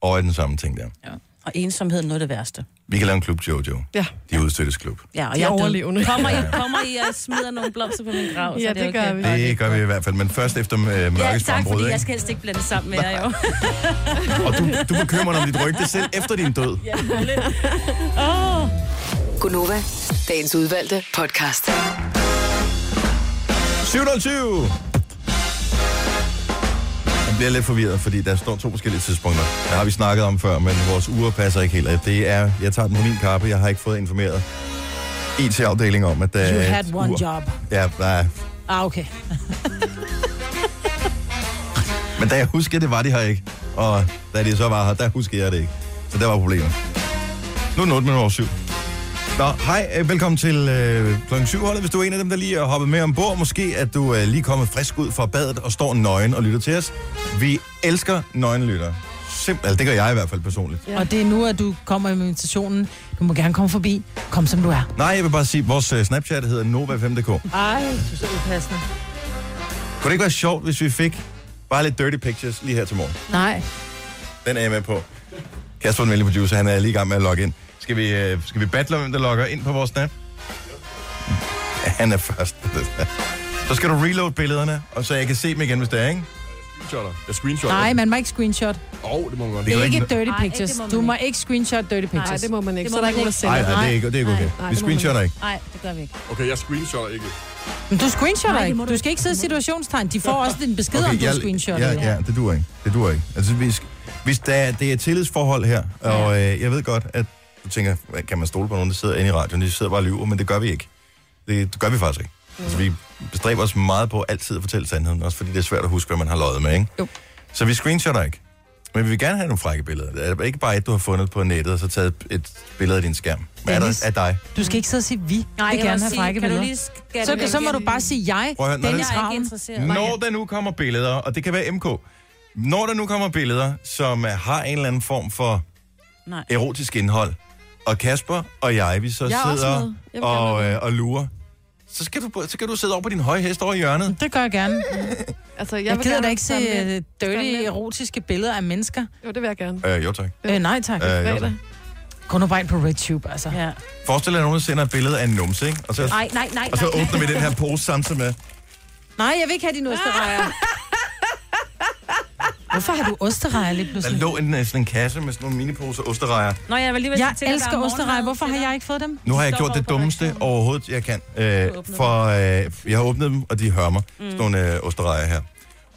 [SPEAKER 1] og den samme ting der.
[SPEAKER 2] Og ensomhed er noget af det værste.
[SPEAKER 1] Vi kan lave en klub, Jojo.
[SPEAKER 4] Ja.
[SPEAKER 1] De udstøttes klub.
[SPEAKER 2] Ja, og
[SPEAKER 4] De
[SPEAKER 2] jeg er død.
[SPEAKER 4] overlevende.
[SPEAKER 2] Kommer I, kommer I og smider nogle blomster på min grav? så
[SPEAKER 4] Ja,
[SPEAKER 2] er
[SPEAKER 4] det gør
[SPEAKER 2] okay.
[SPEAKER 4] vi.
[SPEAKER 1] Det gør vi i hvert fald, men først efter øh,
[SPEAKER 2] Ja,
[SPEAKER 1] mørkets
[SPEAKER 2] tak,
[SPEAKER 1] frembrud,
[SPEAKER 2] fordi
[SPEAKER 1] ikke?
[SPEAKER 2] jeg skal helst ikke blande sammen med jer, jo.
[SPEAKER 1] Og du, du bekymrer dig om dit rygte selv efter din død.
[SPEAKER 7] Gunova, dagens udvalgte podcast.
[SPEAKER 1] 720! Jeg bliver lidt forvirret, fordi der står to forskellige tidspunkter. Det har vi snakket om før, men vores uger passer ikke helt. Det er, jeg tager den på min kappe, jeg har ikke fået informeret IT-afdelingen om, at der
[SPEAKER 5] You
[SPEAKER 1] er
[SPEAKER 5] had
[SPEAKER 1] et
[SPEAKER 5] one
[SPEAKER 1] Øh, ur.
[SPEAKER 5] job.
[SPEAKER 1] Ja, der er.
[SPEAKER 5] Ah, okay.
[SPEAKER 1] Men da jeg husker det, var de her ikke. Og da de så var her, der husker jeg det ikke. Så der var problemet. Nu er den 8 minutter over syv. Nå, hej, øh, velkommen til øh, klokken 7 holdet, hvis du er en af dem, der lige er hoppet med ombord. Måske at du øh, lige er kommet frisk ud fra badet og står nøgen og lytter til os. Vi elsker nøgenlyttere. Simpelthen, altså, det gør jeg i hvert fald personligt.
[SPEAKER 5] Ja. Og det er nu, at du kommer i invitationen. Du må gerne komme forbi. Kom, som du er.
[SPEAKER 1] Nej, jeg vil bare sige, at vores øh, Snapchat hedder Nova5.dk. Kunne
[SPEAKER 5] Ej, du er så upassende.
[SPEAKER 1] det ikke være sjovt, hvis vi fik bare lidt dirty pictures lige her til morgen?
[SPEAKER 5] Nej.
[SPEAKER 1] Den er jeg med på. Kasper, den venlige producer, han er lige i gang med at logge ind. Skal vi, øh, skal vi battle om, hvem der logger ind på vores snap? Ja, han er først. så skal du reload billederne, og så jeg kan se dem igen, hvis det er, ikke?
[SPEAKER 9] Screenshotter. Jeg screenshotter.
[SPEAKER 5] Nej, man må ikke screenshot.
[SPEAKER 9] Åh, oh, det må man godt.
[SPEAKER 5] Det
[SPEAKER 1] jo
[SPEAKER 5] er ikke
[SPEAKER 1] ikke-
[SPEAKER 5] dirty
[SPEAKER 2] Nej,
[SPEAKER 5] pictures.
[SPEAKER 2] det må man
[SPEAKER 5] Du må
[SPEAKER 2] ikke.
[SPEAKER 5] ikke screenshot dirty
[SPEAKER 4] Nej,
[SPEAKER 5] pictures.
[SPEAKER 4] det må man ikke.
[SPEAKER 2] Det
[SPEAKER 4] Det
[SPEAKER 2] må
[SPEAKER 4] må så er der
[SPEAKER 2] man
[SPEAKER 4] ikke nogen, der
[SPEAKER 1] Nej,
[SPEAKER 2] ikke.
[SPEAKER 4] sender.
[SPEAKER 1] nej, det er ikke, det er ikke okay.
[SPEAKER 4] nej,
[SPEAKER 1] vi
[SPEAKER 4] det må man
[SPEAKER 1] screenshotter ikke.
[SPEAKER 2] Nej, det gør vi ikke.
[SPEAKER 9] Okay, jeg screenshotter ikke.
[SPEAKER 5] Men du screenshotter
[SPEAKER 2] Nej, det
[SPEAKER 5] ikke.
[SPEAKER 2] må du
[SPEAKER 5] Du skal ikke sidde i situationstegn. De får også en besked om,
[SPEAKER 1] Okay,
[SPEAKER 5] du har screenshottet.
[SPEAKER 1] ja, ja, det duer ikke. Det duer ikke. Altså, hvis, hvis der, det er et tillidsforhold her, og øh, jeg ved godt, at du tænker, "Hvad, kan man stole på nogen, der sidder inde i radioen? De sidder bare og lyver, men det gør vi ikke. Det, det gør vi faktisk ikke. Altså, vi bestræber os meget på altid at fortælle sandheden, også fordi det er svært at huske, hvad man har løjet med, ikke?
[SPEAKER 4] Jo.
[SPEAKER 1] Så vi screenshotter ikke. Men vi vil gerne have nogle frække billeder. Det er ikke bare et, du har fundet på nettet, og så taget et billede af din skærm. Hvad er der
[SPEAKER 5] Dennis.
[SPEAKER 1] af dig?
[SPEAKER 5] Du skal ikke sidde og sige, vi
[SPEAKER 2] Nej, jeg
[SPEAKER 5] vil gerne
[SPEAKER 2] vil
[SPEAKER 5] have
[SPEAKER 2] sige,
[SPEAKER 5] frække
[SPEAKER 2] kan du
[SPEAKER 5] billeder.
[SPEAKER 2] lige skabe
[SPEAKER 5] Så, kan, så må du bare sige, jeg,
[SPEAKER 1] Prøv at høre, når
[SPEAKER 5] Dennis
[SPEAKER 1] det-
[SPEAKER 2] Jeg er ikke
[SPEAKER 5] Ravn.
[SPEAKER 2] interesseret.
[SPEAKER 1] Når der nu kommer billeder, og det kan være MK, når der nu kommer billeder, som øh, har en eller anden form for
[SPEAKER 2] Nej.
[SPEAKER 1] erotisk indhold, og Kasper og jeg, vi så
[SPEAKER 4] Jeg er også
[SPEAKER 1] sidder
[SPEAKER 4] med. Jeg vil
[SPEAKER 1] og,
[SPEAKER 4] gerne
[SPEAKER 1] øh, og lurer, så skal, du, så kan du sidde over på din høje hest over i hjørnet.
[SPEAKER 5] Det gør jeg gerne.
[SPEAKER 4] Altså, jeg,
[SPEAKER 5] Jeg,
[SPEAKER 4] vil
[SPEAKER 5] gider
[SPEAKER 4] gerne
[SPEAKER 5] da ikke se
[SPEAKER 4] samle-
[SPEAKER 5] øh, dirty,
[SPEAKER 4] Samle.
[SPEAKER 5] erotiske billeder af mennesker.
[SPEAKER 4] Jo, det vil jeg gerne.
[SPEAKER 1] Øh, jo tak.
[SPEAKER 5] Øh, nej tak.
[SPEAKER 1] Øh, jo, tak.
[SPEAKER 4] Fredag.
[SPEAKER 5] Gå nu bare ind på RedTube, altså.
[SPEAKER 2] Ja.
[SPEAKER 1] Forestil dig, at nogen der sender et billede af en numse, ikke? Og så,
[SPEAKER 2] Nej, nej, nej.
[SPEAKER 1] og så
[SPEAKER 2] nej.
[SPEAKER 1] åbner vi den her pose samtidig med.
[SPEAKER 5] Nej, jeg vil ikke have dine osterejer. Hvorfor har du osterejer lige
[SPEAKER 1] Der
[SPEAKER 5] pludselig?
[SPEAKER 1] lå en, øh, sådan en kasse med sådan nogle miniposer osterejer.
[SPEAKER 2] Nå, jeg vil lige
[SPEAKER 5] Jeg elsker osterejer. Hvorfor har jeg ikke fået dem?
[SPEAKER 1] Nu har jeg
[SPEAKER 2] Stop
[SPEAKER 1] gjort
[SPEAKER 2] over
[SPEAKER 1] det
[SPEAKER 2] på
[SPEAKER 1] dummeste
[SPEAKER 2] redaktionen.
[SPEAKER 1] overhovedet, jeg kan. Øh, for øh, jeg har åbnet dem, og de hører mig. Mm. Sådan nogle øh, osterejer her.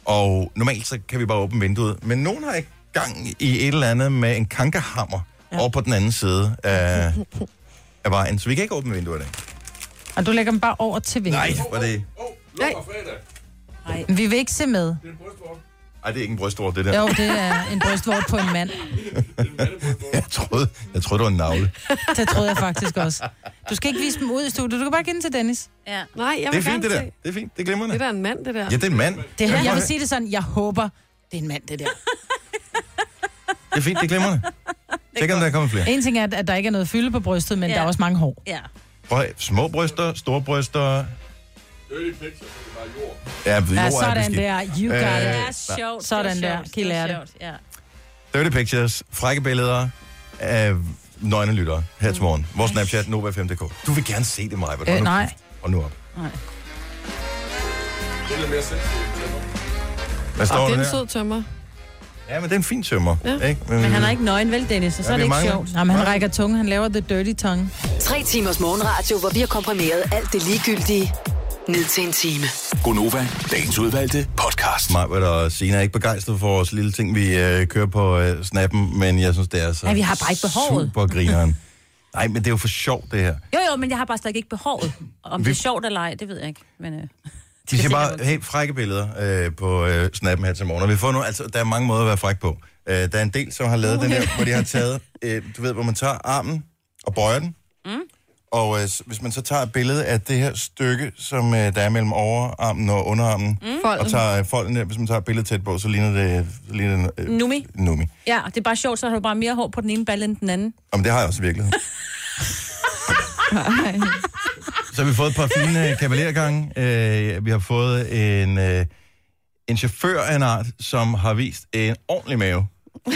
[SPEAKER 1] Og normalt så kan vi bare åbne vinduet. Men nogen har ikke gang i et eller andet med en kankerhammer ja. over på den anden side af, af vejen. Så vi kan ikke åbne vinduet i dag.
[SPEAKER 5] Og du lægger dem bare over til vinduet.
[SPEAKER 1] Nej, var det...
[SPEAKER 9] Åh, oh, lukker fredag.
[SPEAKER 5] Men Vi vil ikke se med.
[SPEAKER 9] Det er en brystvort.
[SPEAKER 1] Ej, det er ikke en brystvort, det der.
[SPEAKER 5] Jo, det er en brystvort på en mand.
[SPEAKER 1] Jeg troede, jeg troede, det var en navle.
[SPEAKER 5] Det troede jeg faktisk også. Du skal ikke vise dem ud i studiet. Du kan bare give den til Dennis.
[SPEAKER 2] Ja.
[SPEAKER 4] Nej, jeg
[SPEAKER 1] Det
[SPEAKER 4] vil
[SPEAKER 1] er fint,
[SPEAKER 4] gerne
[SPEAKER 1] det der.
[SPEAKER 4] se.
[SPEAKER 1] Det er fint. Det er
[SPEAKER 4] Det
[SPEAKER 1] glimrende.
[SPEAKER 4] er da en mand, det der.
[SPEAKER 1] Ja, det er en mand.
[SPEAKER 5] Det,
[SPEAKER 1] Ja,
[SPEAKER 5] jeg vil
[SPEAKER 1] prøv-
[SPEAKER 5] sige det sådan. Jeg håber, det er en mand, det der.
[SPEAKER 1] Det er fint, det er glimrende. Tjek, om der er kommet flere.
[SPEAKER 5] En ting er, at der ikke er noget fylde på brystet, men
[SPEAKER 2] Ja.
[SPEAKER 5] der er også mange hår.
[SPEAKER 2] Ja.
[SPEAKER 1] Prøv, at- små bryster, store bryster.
[SPEAKER 9] Dirty picture, så det er bare jord.
[SPEAKER 1] Ja, jord
[SPEAKER 5] Ja,
[SPEAKER 1] er
[SPEAKER 5] sådan
[SPEAKER 1] beskidt.
[SPEAKER 5] der. You got
[SPEAKER 1] Øh,
[SPEAKER 5] it.
[SPEAKER 2] Det er sjovt.
[SPEAKER 5] Sådan
[SPEAKER 2] det er
[SPEAKER 5] der.
[SPEAKER 2] sjovt,
[SPEAKER 5] Kan I lære
[SPEAKER 2] er
[SPEAKER 5] det?
[SPEAKER 2] sjovt, Ja.
[SPEAKER 1] Dirty pictures, frække billeder af nøgne lyttere her til morgen. Vores Snapchat, Nova5.dk. Du vil gerne se det, Maja.
[SPEAKER 5] Øh, nej.
[SPEAKER 1] Og nu op.
[SPEAKER 9] Det bliver mere sindssygt.
[SPEAKER 1] Hvad står
[SPEAKER 4] Og det
[SPEAKER 1] der?
[SPEAKER 4] er
[SPEAKER 1] der?
[SPEAKER 4] en sød tømmer.
[SPEAKER 1] Ja, men det er en fin tømmer.
[SPEAKER 4] Ja.
[SPEAKER 1] Ikke?
[SPEAKER 2] Men han er ikke nøgen, vel, Dennis? Og så
[SPEAKER 1] Ja,
[SPEAKER 2] er det
[SPEAKER 1] vi
[SPEAKER 2] ikke
[SPEAKER 1] mangler-
[SPEAKER 2] sjovt.
[SPEAKER 5] Jamen, han rækker tunge. Han laver the dirty tongue.
[SPEAKER 7] Tre timers morgenradio, hvor vi har komprimeret alt det ligegyldige ned til en time.
[SPEAKER 6] Gonova, dagens udvalgte podcast.
[SPEAKER 1] Maja og Sina er ikke begejstret for vores lille ting, vi øh, kører på øh, snappen, men jeg synes, det er så
[SPEAKER 2] Ja, vi har bare ikke behovet.
[SPEAKER 1] super grineren. Nej, men det er jo for sjovt, det her.
[SPEAKER 2] Jo, jo, men jeg har bare slet ikke behovet. Om
[SPEAKER 1] Vi-
[SPEAKER 2] det er sjovt eller ej, det ved jeg ikke. Men, øh,
[SPEAKER 1] Vi
[SPEAKER 2] Det
[SPEAKER 1] ser
[SPEAKER 2] er
[SPEAKER 1] bare
[SPEAKER 2] sikkert.
[SPEAKER 1] helt frække billeder øh, på øh, snappen her til morgen. Og vi får nu, altså, der er mange måder at være fræk på. Øh, der er en del, som har lavet den her, hvor de har taget, øh, du ved, hvor man tager armen og bøjer den. Mm. Og øh, s- hvis man så tager et billede af det her stykke, som øh, der er mellem overarmen og underarmen, mm. og
[SPEAKER 4] Folden.
[SPEAKER 1] tager øh, folden der, hvis man tager et billede tæt på, så ligner det... Så ligner det øh,
[SPEAKER 2] Numi.
[SPEAKER 1] Numi.
[SPEAKER 2] Ja, og det er bare sjovt, så har du bare mere hår på den ene balle end den anden.
[SPEAKER 1] Jamen, det har jeg også i virkeligheden. så har vi fået et par fine øh, kavalergange. Øh, vi har fået en, øh, en chauffør af en art, som har vist en ordentlig mave.
[SPEAKER 2] Ja,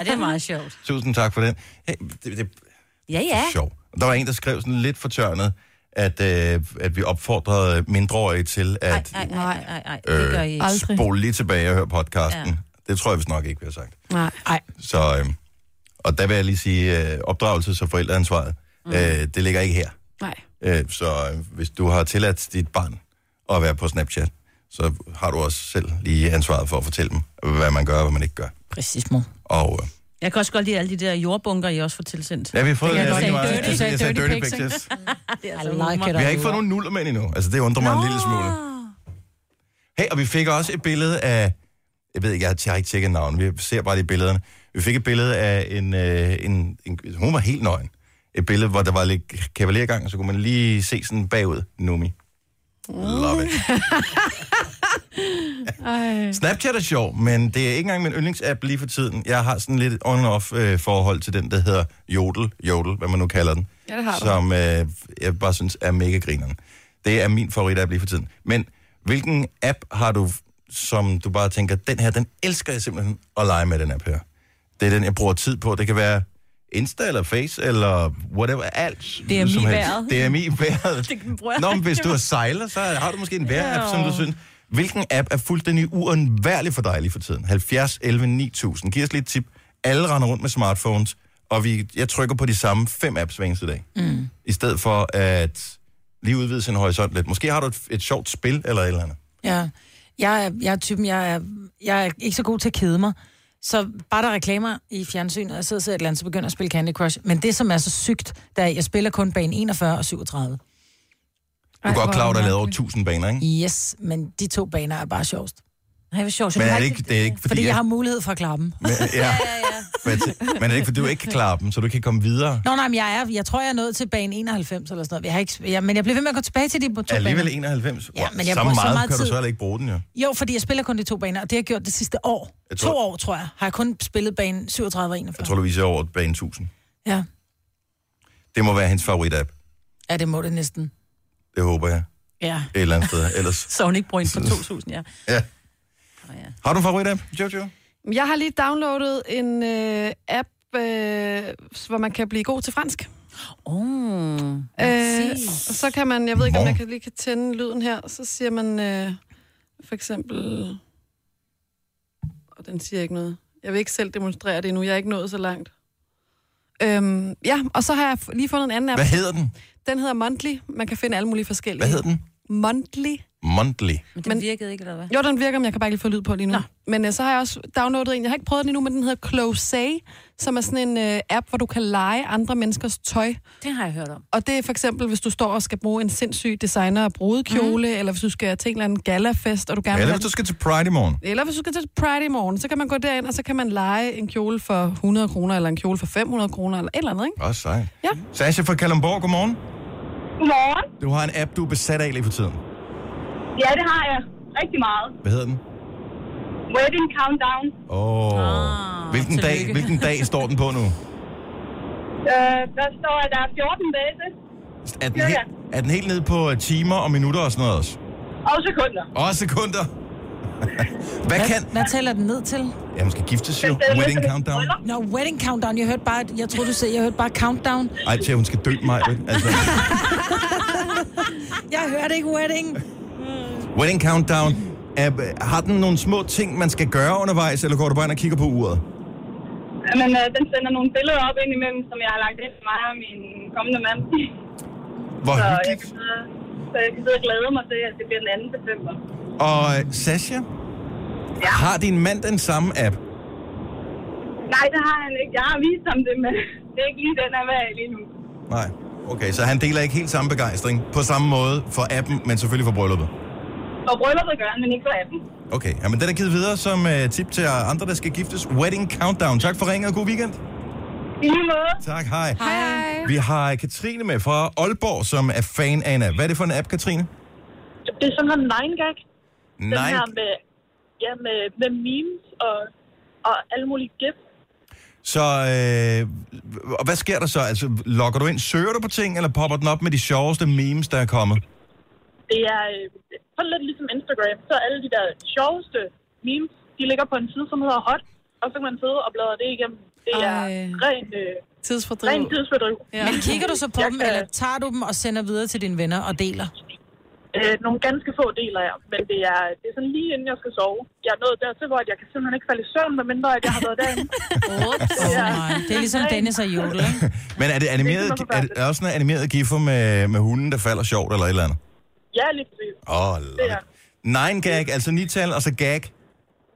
[SPEAKER 2] det er meget sjovt.
[SPEAKER 1] Tusind tak for den. Hey, det, det,
[SPEAKER 2] Ja, ja.
[SPEAKER 1] sjov. Der var en, der skrev sådan lidt fortørnet, at, øh, at vi opfordrede mindreårige til
[SPEAKER 2] Ej,
[SPEAKER 1] at
[SPEAKER 2] ej, ej, ej, ej, det gør I
[SPEAKER 1] øh,
[SPEAKER 2] ikke.
[SPEAKER 4] Aldrig.
[SPEAKER 1] spole lige tilbage og høre podcasten.
[SPEAKER 2] Ja.
[SPEAKER 1] Det tror jeg vist nok ikke, vi har sagt.
[SPEAKER 4] Nej.
[SPEAKER 1] Så, øh, og der vil jeg lige sige, øh, opdragelses- og forældreansvaret, mm. øh, det ligger ikke her.
[SPEAKER 3] Nej.
[SPEAKER 1] Øh, så øh, hvis du har tilladt dit barn at være på Snapchat, så har du også selv lige ansvaret for at fortælle dem, hvad man gør og hvad man ikke gør.
[SPEAKER 5] Præcis, mor.
[SPEAKER 1] Og øh,
[SPEAKER 2] Jeg kan også godt lide alle de der jordbunker, I også får tilsendt.
[SPEAKER 1] ja, vi har fået
[SPEAKER 5] Det kan jeg
[SPEAKER 1] øh,
[SPEAKER 5] godt
[SPEAKER 1] rigtig meget.
[SPEAKER 5] lide. Dirty-
[SPEAKER 1] Jeg sagde- jeg sagde
[SPEAKER 5] dirty
[SPEAKER 1] dirty
[SPEAKER 5] pics, ikke?
[SPEAKER 1] pictures.
[SPEAKER 2] altså
[SPEAKER 5] I like it.
[SPEAKER 1] Vi har ikke fået nogen nullermænd endnu. Altså, det undrer mig en lille smule. Hey, og vi fik også et billede af... Jeg ved ikke, jeg har- jeg har ikke tjekket navnet. Vi ser bare de billederne. Vi fik et billede af en... Øh, en, en hun var helt nøgen. Et billede, hvor der var lidt kavalergang, og så kunne man lige se sådan bagud. Numi. Love it.
[SPEAKER 2] Øh.
[SPEAKER 1] Snapchat er sjov, men det er ikke engang min yndlingsapp lige for tiden. Jeg har sådan lidt on-off øh, forhold til den, der hedder Jodel, Jodel, hvad man nu kalder den.
[SPEAKER 4] Ja, det har du.
[SPEAKER 1] Som øh, jeg bare synes er mega grineren. Det er min favoritapp lige for tiden. Men hvilken app har du, som du bare tænker, den her, den elsker jeg simpelthen at lege med, den app her. Det er den, jeg bruger tid på. Det kan være Insta eller Face eller whatever, alt.
[SPEAKER 2] DMI
[SPEAKER 1] som helst.
[SPEAKER 2] vejret.
[SPEAKER 1] DMI vejret.
[SPEAKER 2] Det bruger jeg
[SPEAKER 1] Nå, men
[SPEAKER 2] ikke.
[SPEAKER 1] hvis du er sejler, så har du måske en vejr-app, som du synes. Hvilken app er fuldstændig uundværlig for dig lige for tiden? 70, 11, 9000. Giv os lidt tip. Alle render rundt med smartphones, og vi, jeg trykker på de samme fem apps hver eneste dag. Mm. I stedet for at lige udvide sin horisont lidt. Måske har du et, et sjovt spil eller et eller andet.
[SPEAKER 5] Ja. Jeg er, jeg er typen, jeg er, jeg er ikke så god til at kede mig. Så bare der er reklamer i fjernsynet, og jeg sidder og ser et eller andet, så begynder jeg at spille Candy Crush. Men det, som er så sygt, der er, at jeg spiller kun bane 41 og 37.
[SPEAKER 1] Du er godt klar, over, at der er lavet over
[SPEAKER 5] mærkeligt.
[SPEAKER 1] 1000 baner, ikke?
[SPEAKER 5] Yes, men de to baner er bare sjovest.
[SPEAKER 2] Ej, hvor sjovt. Så
[SPEAKER 1] Men
[SPEAKER 2] du
[SPEAKER 1] er
[SPEAKER 2] har
[SPEAKER 1] det ikke, det er ikke fordi...
[SPEAKER 5] Fordi, jeg
[SPEAKER 1] at-
[SPEAKER 5] har mulighed for at klare dem.
[SPEAKER 1] men, ja. Men, men er det ikke, fordi du ikke kan klare dem, så du ikke kan komme videre?
[SPEAKER 5] Nå, nej, men jeg, er, jeg tror, jeg er nået til bane 91 eller sådan noget. Jeg har ikke, jeg, men jeg bliver ved med at gå tilbage til de to
[SPEAKER 1] Alligevel
[SPEAKER 5] baner.
[SPEAKER 1] 91.
[SPEAKER 5] Ja, men jeg
[SPEAKER 1] så,
[SPEAKER 5] bruger
[SPEAKER 1] meget
[SPEAKER 5] så meget
[SPEAKER 1] kan du
[SPEAKER 5] tid.
[SPEAKER 1] så heller ikke bruge den, jo.
[SPEAKER 5] Jo, fordi jeg spiller kun de to baner, og det har jeg gjort det sidste år.
[SPEAKER 1] Jeg tror-
[SPEAKER 5] to år, tror jeg, har jeg kun spillet bane 37 og 41.
[SPEAKER 1] Jeg tror, du viser over bane 1000.
[SPEAKER 5] Ja.
[SPEAKER 1] Det må være hendes favoritapp.
[SPEAKER 5] ja, det må det næsten.
[SPEAKER 1] Det håber jeg.
[SPEAKER 2] Ja,
[SPEAKER 1] Et eller andet sted. Ellers.
[SPEAKER 2] så hun ikke bruger en for 2.000, ja.
[SPEAKER 1] Ja.
[SPEAKER 2] ja.
[SPEAKER 1] Har du en favoritapp, Jojo?
[SPEAKER 4] Jeg har lige downloadet en øh, app, øh, hvor man kan blive god til fransk.
[SPEAKER 10] Mm.
[SPEAKER 2] Oh,
[SPEAKER 4] Øh, og så kan man, jeg ved ikke, om
[SPEAKER 1] Nå.
[SPEAKER 4] jeg kan, lige kan tænde lyden her, så siger man øh, for eksempel... Og den siger ikke noget. Jeg vil ikke selv demonstrere det endnu, jeg er ikke nået så langt. Øhm, ja, og så har jeg f- lige fundet en anden app.
[SPEAKER 1] Hvad hedder den?
[SPEAKER 4] Den hedder Monthly. Man kan finde alle mulige forskellige.
[SPEAKER 1] Hvad hedder den?
[SPEAKER 4] Monthly.
[SPEAKER 1] Monthly.
[SPEAKER 2] men den
[SPEAKER 4] Men-
[SPEAKER 2] virkede ikke, eller hvad?
[SPEAKER 4] Jo, den virker, men jeg kan bare ikke lige få lyd på lige nu. Nå. Men øh, så har jeg også downloadet en, jeg har ikke prøvet den endnu, men den hedder Close som er sådan en øh, app, hvor du kan lege andre menneskers tøj.
[SPEAKER 2] Det har jeg hørt om.
[SPEAKER 4] Og det er for eksempel, hvis du står og skal bruge en sindssyg designer og brudekjole,
[SPEAKER 2] Mhm.
[SPEAKER 4] mm. eller hvis du skal til en eller anden galafest, og du gerne vil
[SPEAKER 1] Eller
[SPEAKER 4] have
[SPEAKER 1] hvis du skal til Pride i morgen.
[SPEAKER 4] eller hvis du skal til Pride i morgen, så kan man gå derind, og så kan man lege en kjole for 100 kroner, eller en kjole for 500 kroner, eller et eller andet, ikke?
[SPEAKER 1] Åh, sejt.
[SPEAKER 4] Ja.
[SPEAKER 1] Sasha fra Kalamborg, godmorgen.
[SPEAKER 10] Godmorgen.
[SPEAKER 1] Du har en app, du er besat af lige for tiden.
[SPEAKER 10] Ja, det har jeg. Rigtig meget.
[SPEAKER 1] Hvad hedder den?
[SPEAKER 10] Wedding Countdown.
[SPEAKER 1] Åh. Oh. Hvilken, dag,
[SPEAKER 2] Ah, tillykke.
[SPEAKER 1] hvilken dag står den på nu?
[SPEAKER 10] Øh, der står, at der er 14 dage til.
[SPEAKER 1] Er den,
[SPEAKER 10] Ja,
[SPEAKER 1] he-
[SPEAKER 10] ja.
[SPEAKER 1] er den helt nede på øh, timer og minutter og sådan noget også?
[SPEAKER 10] Og sekunder.
[SPEAKER 1] Og sekunder. Hvad kan...
[SPEAKER 5] Hvad tæller den ned til?
[SPEAKER 1] Jamen, skal giftes jo.
[SPEAKER 10] Den tæller
[SPEAKER 1] Wedding
[SPEAKER 10] ned til
[SPEAKER 1] countdown.
[SPEAKER 10] bryllup.
[SPEAKER 5] Nå, wedding countdown. Jeg hørte bare, jeg troede, du sagde, jeg hørte bare countdown.
[SPEAKER 1] Ej, til at hun skal dø mig. vel? Altså,
[SPEAKER 5] Jeg hørte ikke wedding.
[SPEAKER 1] wedding countdown. Er, har den nogle små ting, man skal gøre undervejs, eller går du bare ind og kigger på uret?
[SPEAKER 10] Men øh, den sender nogle billeder op ind imellem, som jeg har lagt ind til mig og min kommende mand.
[SPEAKER 1] Hvor
[SPEAKER 10] Så øh, jeg kan
[SPEAKER 1] hyggeligt.
[SPEAKER 10] sidde, så jeg kan sidde og glæde mig til, at det bliver den 2. december.
[SPEAKER 1] Og øh, Sasha, ja. har din mand den samme app?
[SPEAKER 10] Nej, det har han ikke. Jeg har vist ham det, men det er ikke lige den, han vil have lige nu.
[SPEAKER 1] Nej. Okay, så han deler ikke helt samme begejstring på samme måde for appen, men selvfølgelig for brylluppet.
[SPEAKER 10] Og brylluppet gør han, men ikke for appen.
[SPEAKER 1] Okay, jamen den er givet videre som uh, tip til andre, der skal giftes. Wedding Countdown. Tak for ringen og god weekend.
[SPEAKER 10] I lige måde.
[SPEAKER 1] Tak, hej.
[SPEAKER 4] Hej.
[SPEAKER 1] Vi har Katrine med fra Aalborg, som er fan af en app. Hvad er det for en app, Katrine?
[SPEAKER 10] Det er sådan noget 9-gag. Den
[SPEAKER 1] Nej,
[SPEAKER 10] her med, ja, med, med memes og, og alle mulige gif.
[SPEAKER 1] så øh, og hvad sker der så? Altså, logger du ind, søger du på ting, eller popper den op med de sjoveste memes, der er kommet?
[SPEAKER 10] Det er øh, sådan lidt ligesom Instagram. Så alle de der sjoveste memes, de ligger på en side, som hedder Hot. Og så kan man sidde og bladre det igennem. Det er
[SPEAKER 4] Ej.
[SPEAKER 10] ren, øh,
[SPEAKER 4] Tidsfordriv.
[SPEAKER 10] ren tidsfordriv.
[SPEAKER 4] Ja.
[SPEAKER 5] Men kigger du så på
[SPEAKER 10] Jeg
[SPEAKER 5] dem,
[SPEAKER 10] kan-
[SPEAKER 5] eller tager du dem og sender videre til dine venner og deler?
[SPEAKER 10] Øh, nogle ganske få deler jeg, men det er, det er sådan lige inden jeg skal sove. Jeg er nået dertil, hvor jeg kan simpelthen ikke falde i søvn, medmindre at jeg har været derinde.
[SPEAKER 5] Ups. Oh, nej. Det er ligesom Dennis og Jodel, ikke?
[SPEAKER 1] Men er det, animeret,
[SPEAKER 10] Det er
[SPEAKER 1] er det også sådan animeret giffer med, med hunden, der falder sjovt, eller et eller andet?
[SPEAKER 10] Ja, lige præcis.
[SPEAKER 1] Åh, oh,
[SPEAKER 10] er.
[SPEAKER 1] Nine gag, altså nital, og så gag.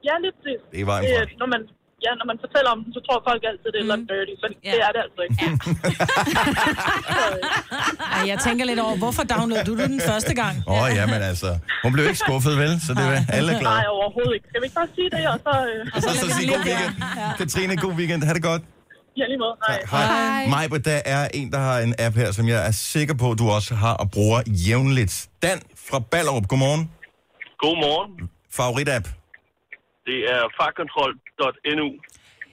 [SPEAKER 10] Ja, lige præcis.
[SPEAKER 1] Det er vejen
[SPEAKER 10] Det er,
[SPEAKER 1] frem.
[SPEAKER 10] når, man, ja, når man fortæller om den, så tror folk altid, det er mm. dirty, men
[SPEAKER 2] Ja.
[SPEAKER 10] det er det altså ikke. Ja.
[SPEAKER 5] Ej, jeg tænker lidt over, hvorfor downloadede du den den første gang?
[SPEAKER 1] Åh, oh, ja, men altså. Hun blev ikke skuffet, vel? Så det er alle er glade.
[SPEAKER 10] Nej, overhovedet ikke. Skal vi ikke bare sige det, og så... Øh,
[SPEAKER 1] Så, så sig god weekend. Katrine, god weekend. Ha' det godt.
[SPEAKER 10] ja, lige måde. Nej.
[SPEAKER 1] Hej. Maj, der er en, der har en app her, som jeg er sikker på, du også har og bruger jævnligt. Dan fra Ballerup, godmorgen.
[SPEAKER 9] Godmorgen.
[SPEAKER 1] Favoritapp.
[SPEAKER 9] Det er fartkontrol.nu.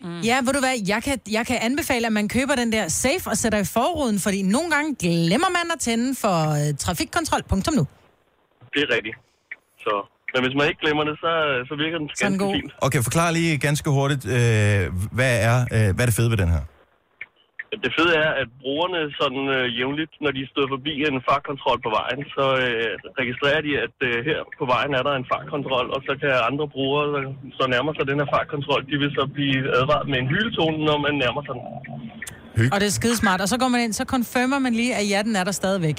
[SPEAKER 5] Mm. Ja, ved du hvad, jeg kan, jeg kan anbefale, at man køber den der safe og sætter i forruden, fordi nogle gange glemmer man at tænde for øh, trafikkontrol. Punktum nu.
[SPEAKER 9] Det er rigtigt. Så, men hvis man ikke glemmer det, så, så virker den
[SPEAKER 5] Sådan
[SPEAKER 9] ganske
[SPEAKER 5] god.
[SPEAKER 9] fint.
[SPEAKER 1] Okay, forklar lige ganske hurtigt, øh, hvad, er, øh, hvad er det fede ved den her?
[SPEAKER 9] Det fede er, at brugerne sådan øh, jævnligt, når de stod forbi en fartkontrol på vejen, så øh, registrerer de, at øh, her på vejen er der en fartkontrol, og så kan andre brugere, der så nærmer sig den her fartkontrol, de vil så blive advaret med en hyletone, når man nærmer sig den.
[SPEAKER 5] Og det er skidesmart. Og så går man ind, så confirmer man lige, at ja, den er der stadigvæk.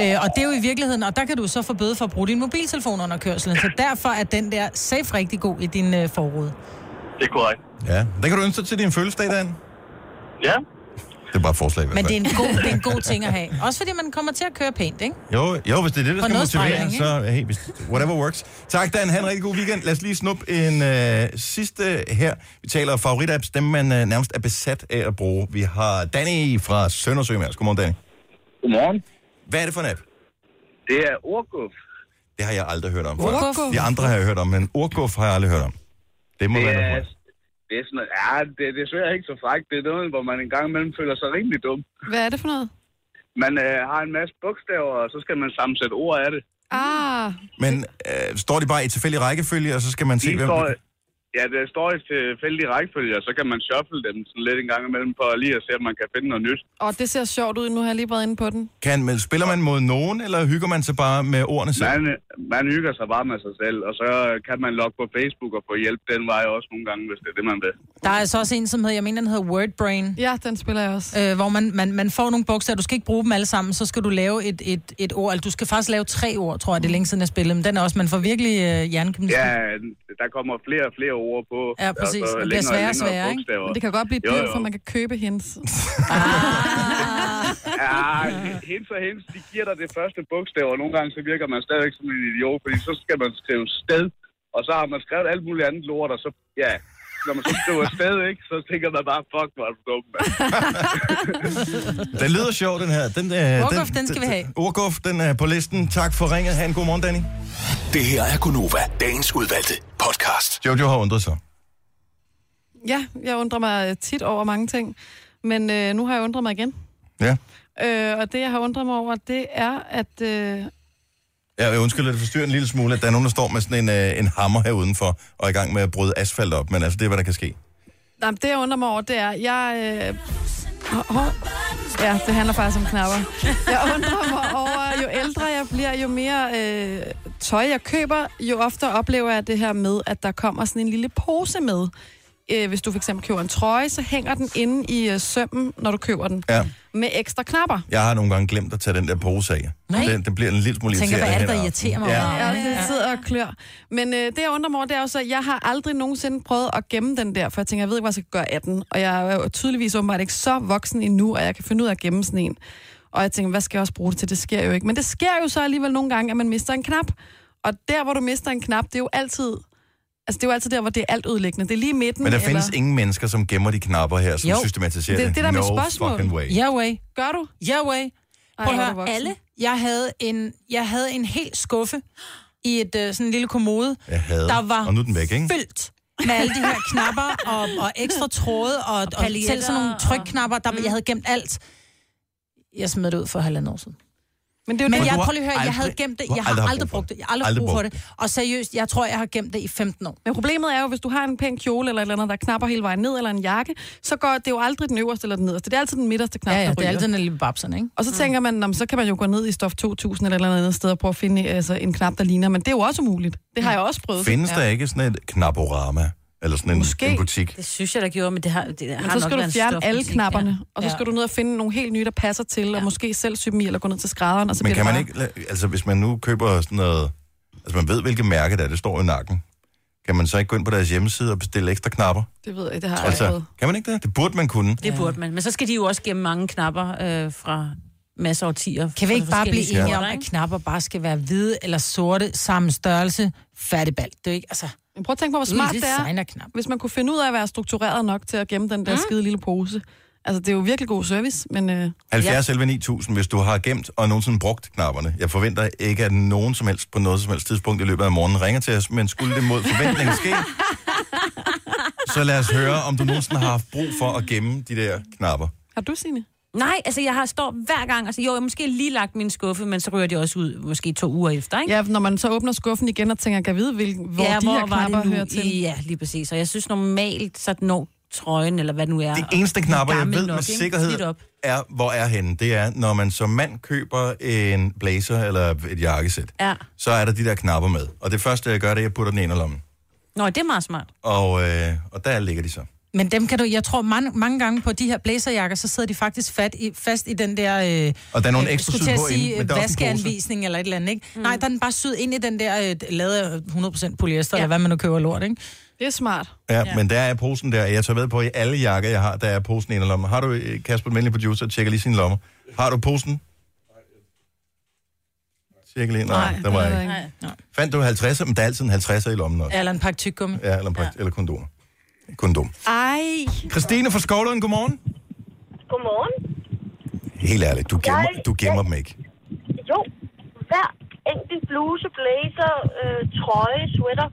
[SPEAKER 5] Øh, og det er jo i virkeligheden, og der kan du så få bøde for at bruge din mobiltelefon under kørselen. Så derfor er den der safe rigtig god i din øh, forrude.
[SPEAKER 9] Det er korrekt.
[SPEAKER 1] Ja, den kan du ønske dig til din fødselsdag, Dan.
[SPEAKER 9] Ja,
[SPEAKER 1] Det er bare et forslag, i hvert
[SPEAKER 5] Men
[SPEAKER 1] fald.
[SPEAKER 5] det er, en god, det er en god ting at have. Også fordi man kommer til at køre pænt, ikke?
[SPEAKER 1] Jo, jo, hvis det er det, der
[SPEAKER 5] For
[SPEAKER 1] skal
[SPEAKER 5] noget
[SPEAKER 1] motivere,
[SPEAKER 5] spejling,
[SPEAKER 1] så øh, hey, hvis, whatever works. Tak, Dan. Ha' en rigtig god weekend. Lad os lige snuppe en øh, sidste her. Vi taler om favoritapps, dem man øh, nærmest er besat af at bruge. Vi har Danny fra Søndersø med os. Godmorgen, Danny.
[SPEAKER 9] godmorgen.
[SPEAKER 1] Hvad er det for en app?
[SPEAKER 9] Det er Orguf.
[SPEAKER 1] Det har jeg aldrig hørt om. før.
[SPEAKER 5] Orguf?
[SPEAKER 1] De andre har jeg hørt om, men Orguf har jeg aldrig hørt om. Det må
[SPEAKER 9] Det
[SPEAKER 1] være
[SPEAKER 9] er,
[SPEAKER 1] noget.
[SPEAKER 9] det er sådan noget, ja, det, det er desværre ikke så frækt. Det er noget, hvor man en gang imellem føler sig rimelig dum.
[SPEAKER 4] Hvad er det for noget?
[SPEAKER 9] Man øh, har en masse bogstaver, og så skal man sammensætte ord af det.
[SPEAKER 4] Ah,
[SPEAKER 1] Men øh, står de bare i tilfældig rækkefølge, og så skal man se,
[SPEAKER 9] De
[SPEAKER 1] hvem...
[SPEAKER 9] står, ja, det står i tilfældige rækkefølge, og så kan man shuffle dem sådan lidt en gang imellem for lige at se, om man kan finde noget nyt.
[SPEAKER 4] og det ser sjovt ud. Nu har jeg lige været inde på den.
[SPEAKER 1] Kan, men spiller man mod nogen, eller hygger man sig bare med ordene selv?
[SPEAKER 9] Man, man hygger sig bare med sig selv, og så kan man logge på Facebook og få hjælp den vej også nogle gange, hvis det er det, man vil.
[SPEAKER 5] Der er altså også en, som hedder, jeg mener, den hedder Wordbrain.
[SPEAKER 4] Ja, den spiller jeg også.
[SPEAKER 5] Øh, hvor man, man, man får nogle bogstaver. Du skal ikke bruge dem alle sammen, så skal du lave et, et, et ord. Eller du skal faktisk lave tre ord, tror jeg, det er længe siden jeg spillede. Men den er også, man får virkelig øh, hjernegymnastik.
[SPEAKER 9] Ja, der kommer flere og flere ord på.
[SPEAKER 5] Ja, præcis.
[SPEAKER 9] Og så
[SPEAKER 5] Det bliver
[SPEAKER 9] længere og længere
[SPEAKER 5] sværere og sværere, ikke?
[SPEAKER 9] bogstaver.
[SPEAKER 4] Men det kan godt blive
[SPEAKER 9] Jo,
[SPEAKER 4] dyrt,
[SPEAKER 9] jo.
[SPEAKER 4] for man kan købe hendes.
[SPEAKER 9] Ja, hens og hens, de giver dig det første bogstav, og nogle gange så virker man stadigvæk som en idiot, fordi så skal man skrive sted, og så har man skrevet alt muligt andet lort, og så, ja, når man så skriver sted, ikke, så tænker man bare, fuck, hvor er du dum, mand.
[SPEAKER 1] Den lyder sjov, den her. Den, øh,
[SPEAKER 5] Urguf, den skal vi have.
[SPEAKER 1] Urguf, den er på listen. Tak for ringet. Ha' en god morgen, Danny.
[SPEAKER 6] Det her er Gunova, dagens udvalgte podcast.
[SPEAKER 1] Jojo har undret sig.
[SPEAKER 4] Ja, jeg undrer mig øh, tit over mange ting. Men øh, nu har jeg undret mig igen.
[SPEAKER 1] Ja.
[SPEAKER 4] Øh, og det, jeg har undret mig over, det er, at... Øh,
[SPEAKER 1] Ja, Jeg undskylder, at det forstyrrer en lille smule, at der er nogen, der står med sådan en, øh, en hammer her udenfor, og er i gang med at bryde asfalt op, men altså, det er, hvad der kan ske.
[SPEAKER 4] nej, men det, jeg undrer mig over, det er, jeg... Øh, hår- hår- ja, det handler faktisk om knapper. Jeg undrer mig over, jo ældre jeg bliver, jo mere øh, tøj jeg køber, jo oftere oplever jeg det her med, at der kommer sådan en lille pose med. Øh, hvis du for eksempel køber en trøje, så hænger den inde i øh, sømmen, når du køber den.
[SPEAKER 1] Ja.
[SPEAKER 4] Med ekstra knapper.
[SPEAKER 1] Jeg har nogle gange glemt at tage den der pose af.
[SPEAKER 5] Nej.
[SPEAKER 1] Den, den bliver en lille smule
[SPEAKER 5] Jeg tænker, hvad er det, der
[SPEAKER 1] hen ad
[SPEAKER 5] irriterer mig?
[SPEAKER 1] aftenen.
[SPEAKER 5] Ja.
[SPEAKER 4] Ja, det sidder og klør. Men øh, det, jeg undrer mig over, det er jo så, at jeg har aldrig nogensinde prøvet at gemme den der, for jeg tænker, jeg ved ikke, hvad jeg skal gøre af den. Og jeg er jo tydeligvis åbenbart ikke så voksen endnu, at jeg kan finde ud af at gemme sådan en. Og jeg tænker, hvad skal jeg også bruge det til? Det sker jo ikke. Men det sker jo så alligevel nogle gange, at man mister en knap. Og der, hvor du mister en knap, det er jo altid... Altså, det er jo altid der, hvor det er alt ødelæggende. Det er lige i midten,
[SPEAKER 1] Men der
[SPEAKER 4] eller...
[SPEAKER 1] findes ingen mennesker, som gemmer de knapper her, som
[SPEAKER 5] Jo.
[SPEAKER 1] systematiserer
[SPEAKER 4] Det-
[SPEAKER 1] det.
[SPEAKER 4] det er
[SPEAKER 1] no
[SPEAKER 4] da mit spørgsmål.
[SPEAKER 1] fucking way.
[SPEAKER 5] Ja, way.
[SPEAKER 4] Gør du?
[SPEAKER 5] Ja, way.
[SPEAKER 4] Ej,
[SPEAKER 5] Prøv
[SPEAKER 4] hvor
[SPEAKER 5] at
[SPEAKER 4] er
[SPEAKER 5] høre,
[SPEAKER 4] du voksen.
[SPEAKER 5] alle. Jeg havde en, jeg havde en hel skuffe i et øh, sådan en lille kommode.
[SPEAKER 1] Jeg havde.
[SPEAKER 5] Der var
[SPEAKER 1] Og nu er den væk, ikke?
[SPEAKER 5] fyldt med alle de her knapper og, og ekstra tråde og, og, og Mm.
[SPEAKER 2] paljetter
[SPEAKER 5] selv sådan nogle
[SPEAKER 2] og-
[SPEAKER 5] trykknapper, der jeg havde gemt alt. Jeg smed det ud for halvandet år siden.
[SPEAKER 4] Men det er jo
[SPEAKER 5] Men
[SPEAKER 4] det,
[SPEAKER 5] jeg,
[SPEAKER 1] du har
[SPEAKER 5] prøv lige at høre, jeg havde
[SPEAKER 1] aldrig-
[SPEAKER 5] gemt det.
[SPEAKER 1] du har
[SPEAKER 5] Jeg har aldrig, brugt det. Jeg har aldrig,
[SPEAKER 1] Aldrig
[SPEAKER 5] brug for
[SPEAKER 1] brugt
[SPEAKER 5] det. Og seriøst, jeg tror, jeg har gemt det i 15 år.
[SPEAKER 4] Men problemet er jo, hvis du har en pæn kjole eller et eller andet, der knapper hele vejen ned, eller en jakke, så går det jo aldrig den øverste eller den nederste. Det er altid den midterste knap,
[SPEAKER 5] Ja, ja,
[SPEAKER 4] der
[SPEAKER 5] det er
[SPEAKER 4] ryger.
[SPEAKER 5] altid en lille babsen, ikke?
[SPEAKER 4] Og så tænker man, "Nå, men så kan man jo gå ned i stof 2000 eller et eller andet sted og prøve at finde altså, en knap, der ligner. Men det er jo også umuligt. Det har
[SPEAKER 2] Mm.
[SPEAKER 4] jeg også prøvet.
[SPEAKER 1] Findes der ikke sådan et knaporama? Eller sådan en,
[SPEAKER 4] Måske.
[SPEAKER 1] en butik?
[SPEAKER 2] Det synes jeg, der gjorde, men det har, det, det
[SPEAKER 4] Men
[SPEAKER 2] har
[SPEAKER 4] så
[SPEAKER 2] nok
[SPEAKER 4] skal
[SPEAKER 2] været
[SPEAKER 4] du
[SPEAKER 2] en
[SPEAKER 4] fjerne
[SPEAKER 2] stofbutik,
[SPEAKER 4] alle knapperne,
[SPEAKER 2] Ja.
[SPEAKER 4] ja. og så skal
[SPEAKER 5] Ja.
[SPEAKER 4] du ned og finde nogle helt nye, der passer til, ja. og måske selv sy dem i, eller gå ned til skrædderen, og så
[SPEAKER 1] Men
[SPEAKER 4] bliver
[SPEAKER 1] kan man
[SPEAKER 4] det
[SPEAKER 1] ikke... la- Altså, hvis man nu køber sådan noget... Altså, man ved, hvilket mærke det er. Det står i nakken. Kan man så ikke gå ind på deres hjemmeside og bestille ekstra knapper?
[SPEAKER 4] bare... Det ved jeg, det har jeg altså...
[SPEAKER 1] Altså,
[SPEAKER 4] prøvet.
[SPEAKER 1] kan man ikke det? Det burde man kunne.
[SPEAKER 2] Det burde man. Men så skal de jo også gemme mange knapper øh, fra masser af årtier.
[SPEAKER 5] Kan vi ikke bare blive
[SPEAKER 1] Ja.
[SPEAKER 5] enige om, at knapper bare skal være hvide eller sorte, samme størrelse, færdig bal? Det er jo ikke, altså,
[SPEAKER 4] Men prøv at tænke på, hvor smart
[SPEAKER 5] smart
[SPEAKER 4] det er,
[SPEAKER 5] designerknap.
[SPEAKER 4] hvis man kunne finde ud af at være struktureret nok til at gemme den der skide lille pose. Altså, det er jo virkelig god service, men... Øh...
[SPEAKER 1] 70 11 9000, hvis du har gemt og nogensinde brugt knapperne. Jeg forventer ikke, at nogen som helst på noget som helst tidspunkt i løbet af morgenen ringer til os, men skulle det mod forventning ske, så lad os høre, om du nogensinde har haft brug for at gemme de der knapper.
[SPEAKER 4] Har du, Signe?
[SPEAKER 2] Nej, altså jeg har står hver gang, altså jo, jeg har måske lige lagt min skuffe, men så ryger de også ud måske to uger efter, ikke?
[SPEAKER 4] Ja, når man så åbner skuffen igen og tænker, kan jeg vide, hvilken, hvor
[SPEAKER 2] ja,
[SPEAKER 4] de her knapper hører til.
[SPEAKER 2] Ja, lige præcis. Og jeg synes normalt, så når trøjen, eller hvad det nu er.
[SPEAKER 1] De
[SPEAKER 2] og-
[SPEAKER 1] eneste knapper, jeg
[SPEAKER 2] gammel
[SPEAKER 1] ved
[SPEAKER 2] nok,
[SPEAKER 1] med
[SPEAKER 2] ikke? Slidt
[SPEAKER 1] sikkerhed,
[SPEAKER 2] op.
[SPEAKER 1] er, hvor er henne. Det er, når man som mand køber en blazer eller et jakkesæt,
[SPEAKER 2] Ja.
[SPEAKER 1] så er der de der knapper med. Og det første, jeg gør, det er, at jeg putter den i inderlommen.
[SPEAKER 2] Nå, det er meget smart.
[SPEAKER 1] Og, øh, og der ligger de så.
[SPEAKER 5] Men dem kan du, jeg tror mange, mange gange på de her blæserjakker, så sidder de faktisk fat i, fast i den der... Øh,
[SPEAKER 1] Og der er nogle
[SPEAKER 5] øh,
[SPEAKER 1] ekstra
[SPEAKER 5] skulle
[SPEAKER 1] syd
[SPEAKER 5] til
[SPEAKER 1] på
[SPEAKER 5] at
[SPEAKER 1] inden,
[SPEAKER 5] sige,
[SPEAKER 1] men der er også en pose.
[SPEAKER 5] vaskeanvisning eller et eller andet, ikke? Mm. Nej, der er den bare syet ind i den der øh, lavet af 100% polyester, ja. eller hvad man nu køber lort, ikke?
[SPEAKER 4] Det er smart.
[SPEAKER 1] Ja, ja, men der er posen der. Jeg tager ved på, at i alle jakker, jeg har, der er posen i en lomme. Har du, øh, Kasper, den venlige producer, tjekker lige sin lommer. Har du posen? Cirka lige, nej, nej der var ikke.
[SPEAKER 4] Nej.
[SPEAKER 1] Fandt du 50'er? Men der er altid en 50'er i lommen også.
[SPEAKER 5] Eller en pakke tyggegummi.
[SPEAKER 1] Ja, eller, en pakke- eller kondomer. Kondom.
[SPEAKER 4] Ej,
[SPEAKER 1] Christine fra Skovlund, godmorgen.
[SPEAKER 10] Godmorgen.
[SPEAKER 1] Helt ærligt, du gemmer,
[SPEAKER 10] Jeg-
[SPEAKER 1] du gemmer dem ikke.
[SPEAKER 10] Jo, hver enkelt bluse, blazer, øh, trøje, sweater,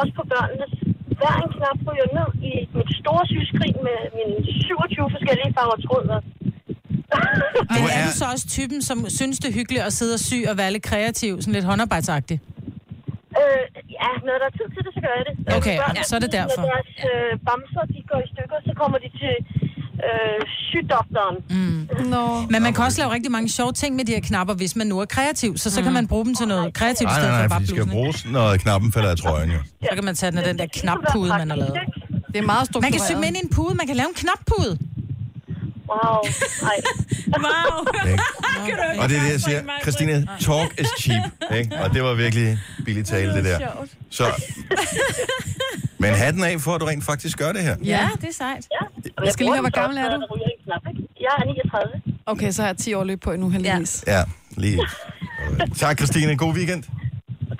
[SPEAKER 10] også på børnenes. Hver en knap ryger ned i mit store syskrin med mine 27 forskellige farver tråd. og-
[SPEAKER 5] Men
[SPEAKER 1] Du
[SPEAKER 5] er,
[SPEAKER 1] er-
[SPEAKER 5] du så også typen, som synes det er hyggeligt at sidde og sy og være lidt kreativ, sådan lidt håndarbejdsagtig?
[SPEAKER 10] øh, ja, når der er tid til det, så gør jeg det.
[SPEAKER 5] Okay,
[SPEAKER 10] børnene,
[SPEAKER 5] så er det derfor.
[SPEAKER 10] Når deres øh, bamser de går i stykker, så kommer de til øh, sygdoktoren.
[SPEAKER 5] Mm.
[SPEAKER 4] nå.
[SPEAKER 5] Men man kan også lave rigtig mange sjove ting med de her knapper, hvis man nu er kreativ, så, så kan man bruge dem til noget kreativt,
[SPEAKER 1] Nej,
[SPEAKER 5] i
[SPEAKER 1] nej,
[SPEAKER 5] stedet for
[SPEAKER 1] nej, for
[SPEAKER 5] bare
[SPEAKER 1] de skal jo
[SPEAKER 5] blusen. ikke?
[SPEAKER 1] bruges, når knappen falder af trøjen, jo.
[SPEAKER 5] Så kan man tage den af den der knappude, man har lavet.
[SPEAKER 4] Det er meget struktureret.
[SPEAKER 5] Man kan sy dem ind i en pude, man kan lave en knappude.
[SPEAKER 10] Wow, ej.
[SPEAKER 2] Wow.
[SPEAKER 1] Ikke? Og det er det, jeg siger. Christine, talk is cheap. Ikke? Og det var virkelig billig tale, det der. Så, men hatten af for, at du rent faktisk gør det her.
[SPEAKER 4] Ja.
[SPEAKER 5] det er sejt.
[SPEAKER 10] Ja.
[SPEAKER 4] Jeg skal lige høre, hvor gammel er du?
[SPEAKER 10] Jeg er 39.
[SPEAKER 4] Okay, så har jeg 10 år løb på endnu, heldigvis.
[SPEAKER 1] Ja, lige. Tak, Christine. God weekend.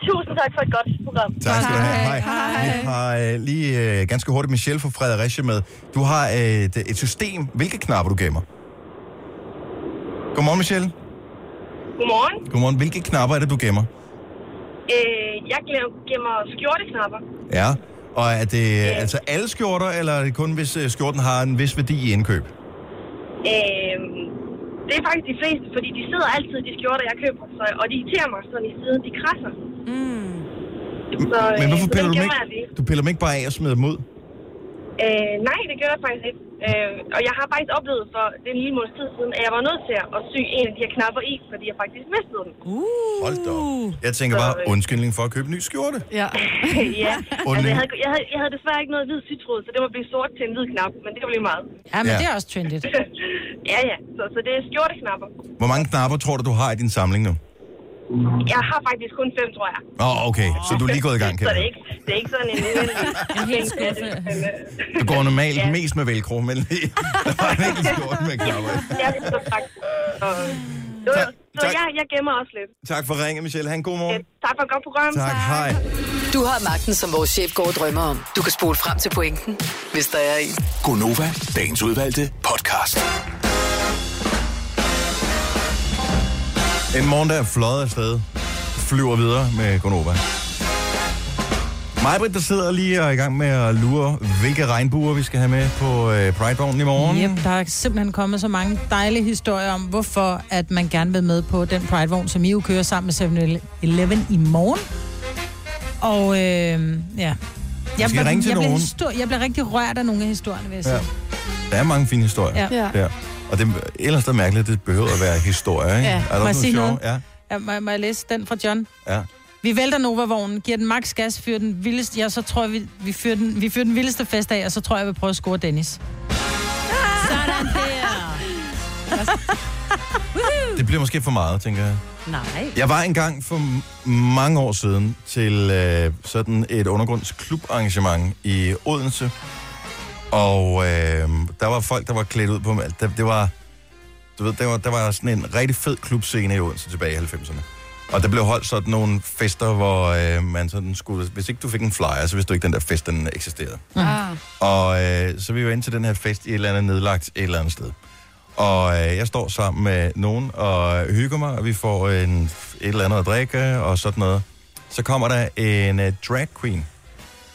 [SPEAKER 10] Tusind tak for et godt program.
[SPEAKER 1] Tak skal du have. Hej.
[SPEAKER 4] Hej.
[SPEAKER 1] Vi har øh, lige øh, ganske hurtigt Michelle fra Fredericia med. Du har øh, et, et system. Hvilke knapper du gemmer? Godmorgen, Michelle.
[SPEAKER 10] Godmorgen.
[SPEAKER 1] Godmorgen. Hvilke knapper er det, du gemmer?
[SPEAKER 10] Øh, jeg glem- gemmer skjorteknapper.
[SPEAKER 1] Ja. Og er det øh, altså alle skjorter, eller er det kun, hvis øh, skjorten har en vis værdi i indkøb?
[SPEAKER 10] Øh, det er faktisk de fleste, fordi de sidder altid i de skjorter, jeg køber, så, og de irriterer mig, så de sidder, de krasser. Mm. Så, øh,
[SPEAKER 1] Men hvorfor
[SPEAKER 10] så
[SPEAKER 1] piller
[SPEAKER 10] den
[SPEAKER 1] du dem
[SPEAKER 10] gemmer jeg lige.
[SPEAKER 1] ikke, du piller dem ikke bare af og smider dem ud?
[SPEAKER 10] Øh, nej, det gør jeg faktisk ikke. Øh, og jeg har faktisk oplevet for det er en lille måneds tid siden, at jeg var nødt til at sy en af de her knapper i, fordi jeg faktisk mistede den.
[SPEAKER 1] Hold da op. Jeg tænker
[SPEAKER 10] Så,
[SPEAKER 1] bare,
[SPEAKER 10] øh,
[SPEAKER 1] undskyldning for at købe en ny skjorte.
[SPEAKER 4] Ja.
[SPEAKER 10] ja, altså,
[SPEAKER 1] Undling.
[SPEAKER 10] jeg, havde, jeg, havde, jeg havde desværre ikke noget hvid sytråd, så det var blevet sort til en hvid knap, men det var lige meget.
[SPEAKER 5] Ja, men
[SPEAKER 1] Ja.
[SPEAKER 5] det er også trendigt.
[SPEAKER 10] ja, ja, så, så det er skjorteknapper.
[SPEAKER 1] Hvor mange knapper tror du, du har i din samling nu?
[SPEAKER 10] Jeg har faktisk kun fem, tror jeg.
[SPEAKER 1] Åh, oh, okay. Så du er lige gået i gang, kan
[SPEAKER 10] Så det er ikke, det er ikke sådan en... en
[SPEAKER 2] helt skuffe.
[SPEAKER 10] Men, øh,
[SPEAKER 1] Du går normalt
[SPEAKER 10] Ja.
[SPEAKER 1] mest med velcro, men lige- der var en enkelt skjorte med knapper. i.
[SPEAKER 10] Jeg vil så faktisk... Og, det var, Så
[SPEAKER 1] Tak.
[SPEAKER 10] jeg, jeg gemmer også lidt.
[SPEAKER 1] Tak for ringen, Michelle. Han god morgen.
[SPEAKER 10] Tak for et godt program.
[SPEAKER 1] Tak, hej.
[SPEAKER 7] Du har magten, som vores chef går og drømmer om. Du kan spole frem til pointen, hvis der er en.
[SPEAKER 6] Gonova, dagens udvalgte podcast.
[SPEAKER 1] En morgen, der er fløjet afsted, flyver videre med Gonova. Majbrit, der sidder lige og er i gang med at lure, hvilke regnbuer vi skal have med på øh, Pridevognen i morgen.
[SPEAKER 5] Yep, der er simpelthen kommet så mange dejlige historier om, hvorfor at man gerne vil med på den Pride-vogn, som I jo kører sammen med 7-Eleven i morgen. Og øh, ja. Jeg,
[SPEAKER 1] skal ringe til
[SPEAKER 5] jeg,
[SPEAKER 1] nogen.
[SPEAKER 5] Blev histor- jeg blev rigtig rørt af nogle af historierne, vil jeg sige.
[SPEAKER 1] Ja. Der er mange fine historier.
[SPEAKER 5] Ja. Ja.
[SPEAKER 1] Der. Og det er ellers er det mærkeligt, at det behøver at være historie. Ikke?
[SPEAKER 5] Ja.
[SPEAKER 1] Er der
[SPEAKER 5] Må jeg
[SPEAKER 1] også
[SPEAKER 5] sige
[SPEAKER 1] sjovt?
[SPEAKER 5] noget?
[SPEAKER 1] Ja.
[SPEAKER 5] Ja, må, jeg- må jeg læse den fra John?
[SPEAKER 1] ja.
[SPEAKER 5] Vi vælter Nova-vognen, giver den max gas, fyrer den vildeste... Ja, så tror jeg, vi, vi, fyrer den, vi fyrer den vildeste fest af, og så tror jeg, jeg vil prøve at score Dennis.
[SPEAKER 2] Sådan der. Woohoo!
[SPEAKER 1] Det bliver måske for meget, tænker jeg.
[SPEAKER 2] Nej.
[SPEAKER 1] Jeg var engang for m- mange år siden til øh, sådan et undergrundsklubarrangement i Odense. Og øh, der var folk, der var klædt ud på... Der, det var, du ved, der var, der var sådan en rigtig fed klubscene i Odense tilbage i 90'erne. Og der blev holdt sådan nogle fester, hvor øh, man sådan skulle... Hvis ikke du fik en flyer, så vidste du ikke, den der fest, den eksisterede.
[SPEAKER 11] Ah.
[SPEAKER 1] Og øh, så er vi var inde til den her fest i et eller andet nedlagt et eller andet sted. Og øh, jeg står sammen med nogen og hygger mig, og vi får en, et eller andet at drikke og sådan noget. Så kommer der en øh, drag queen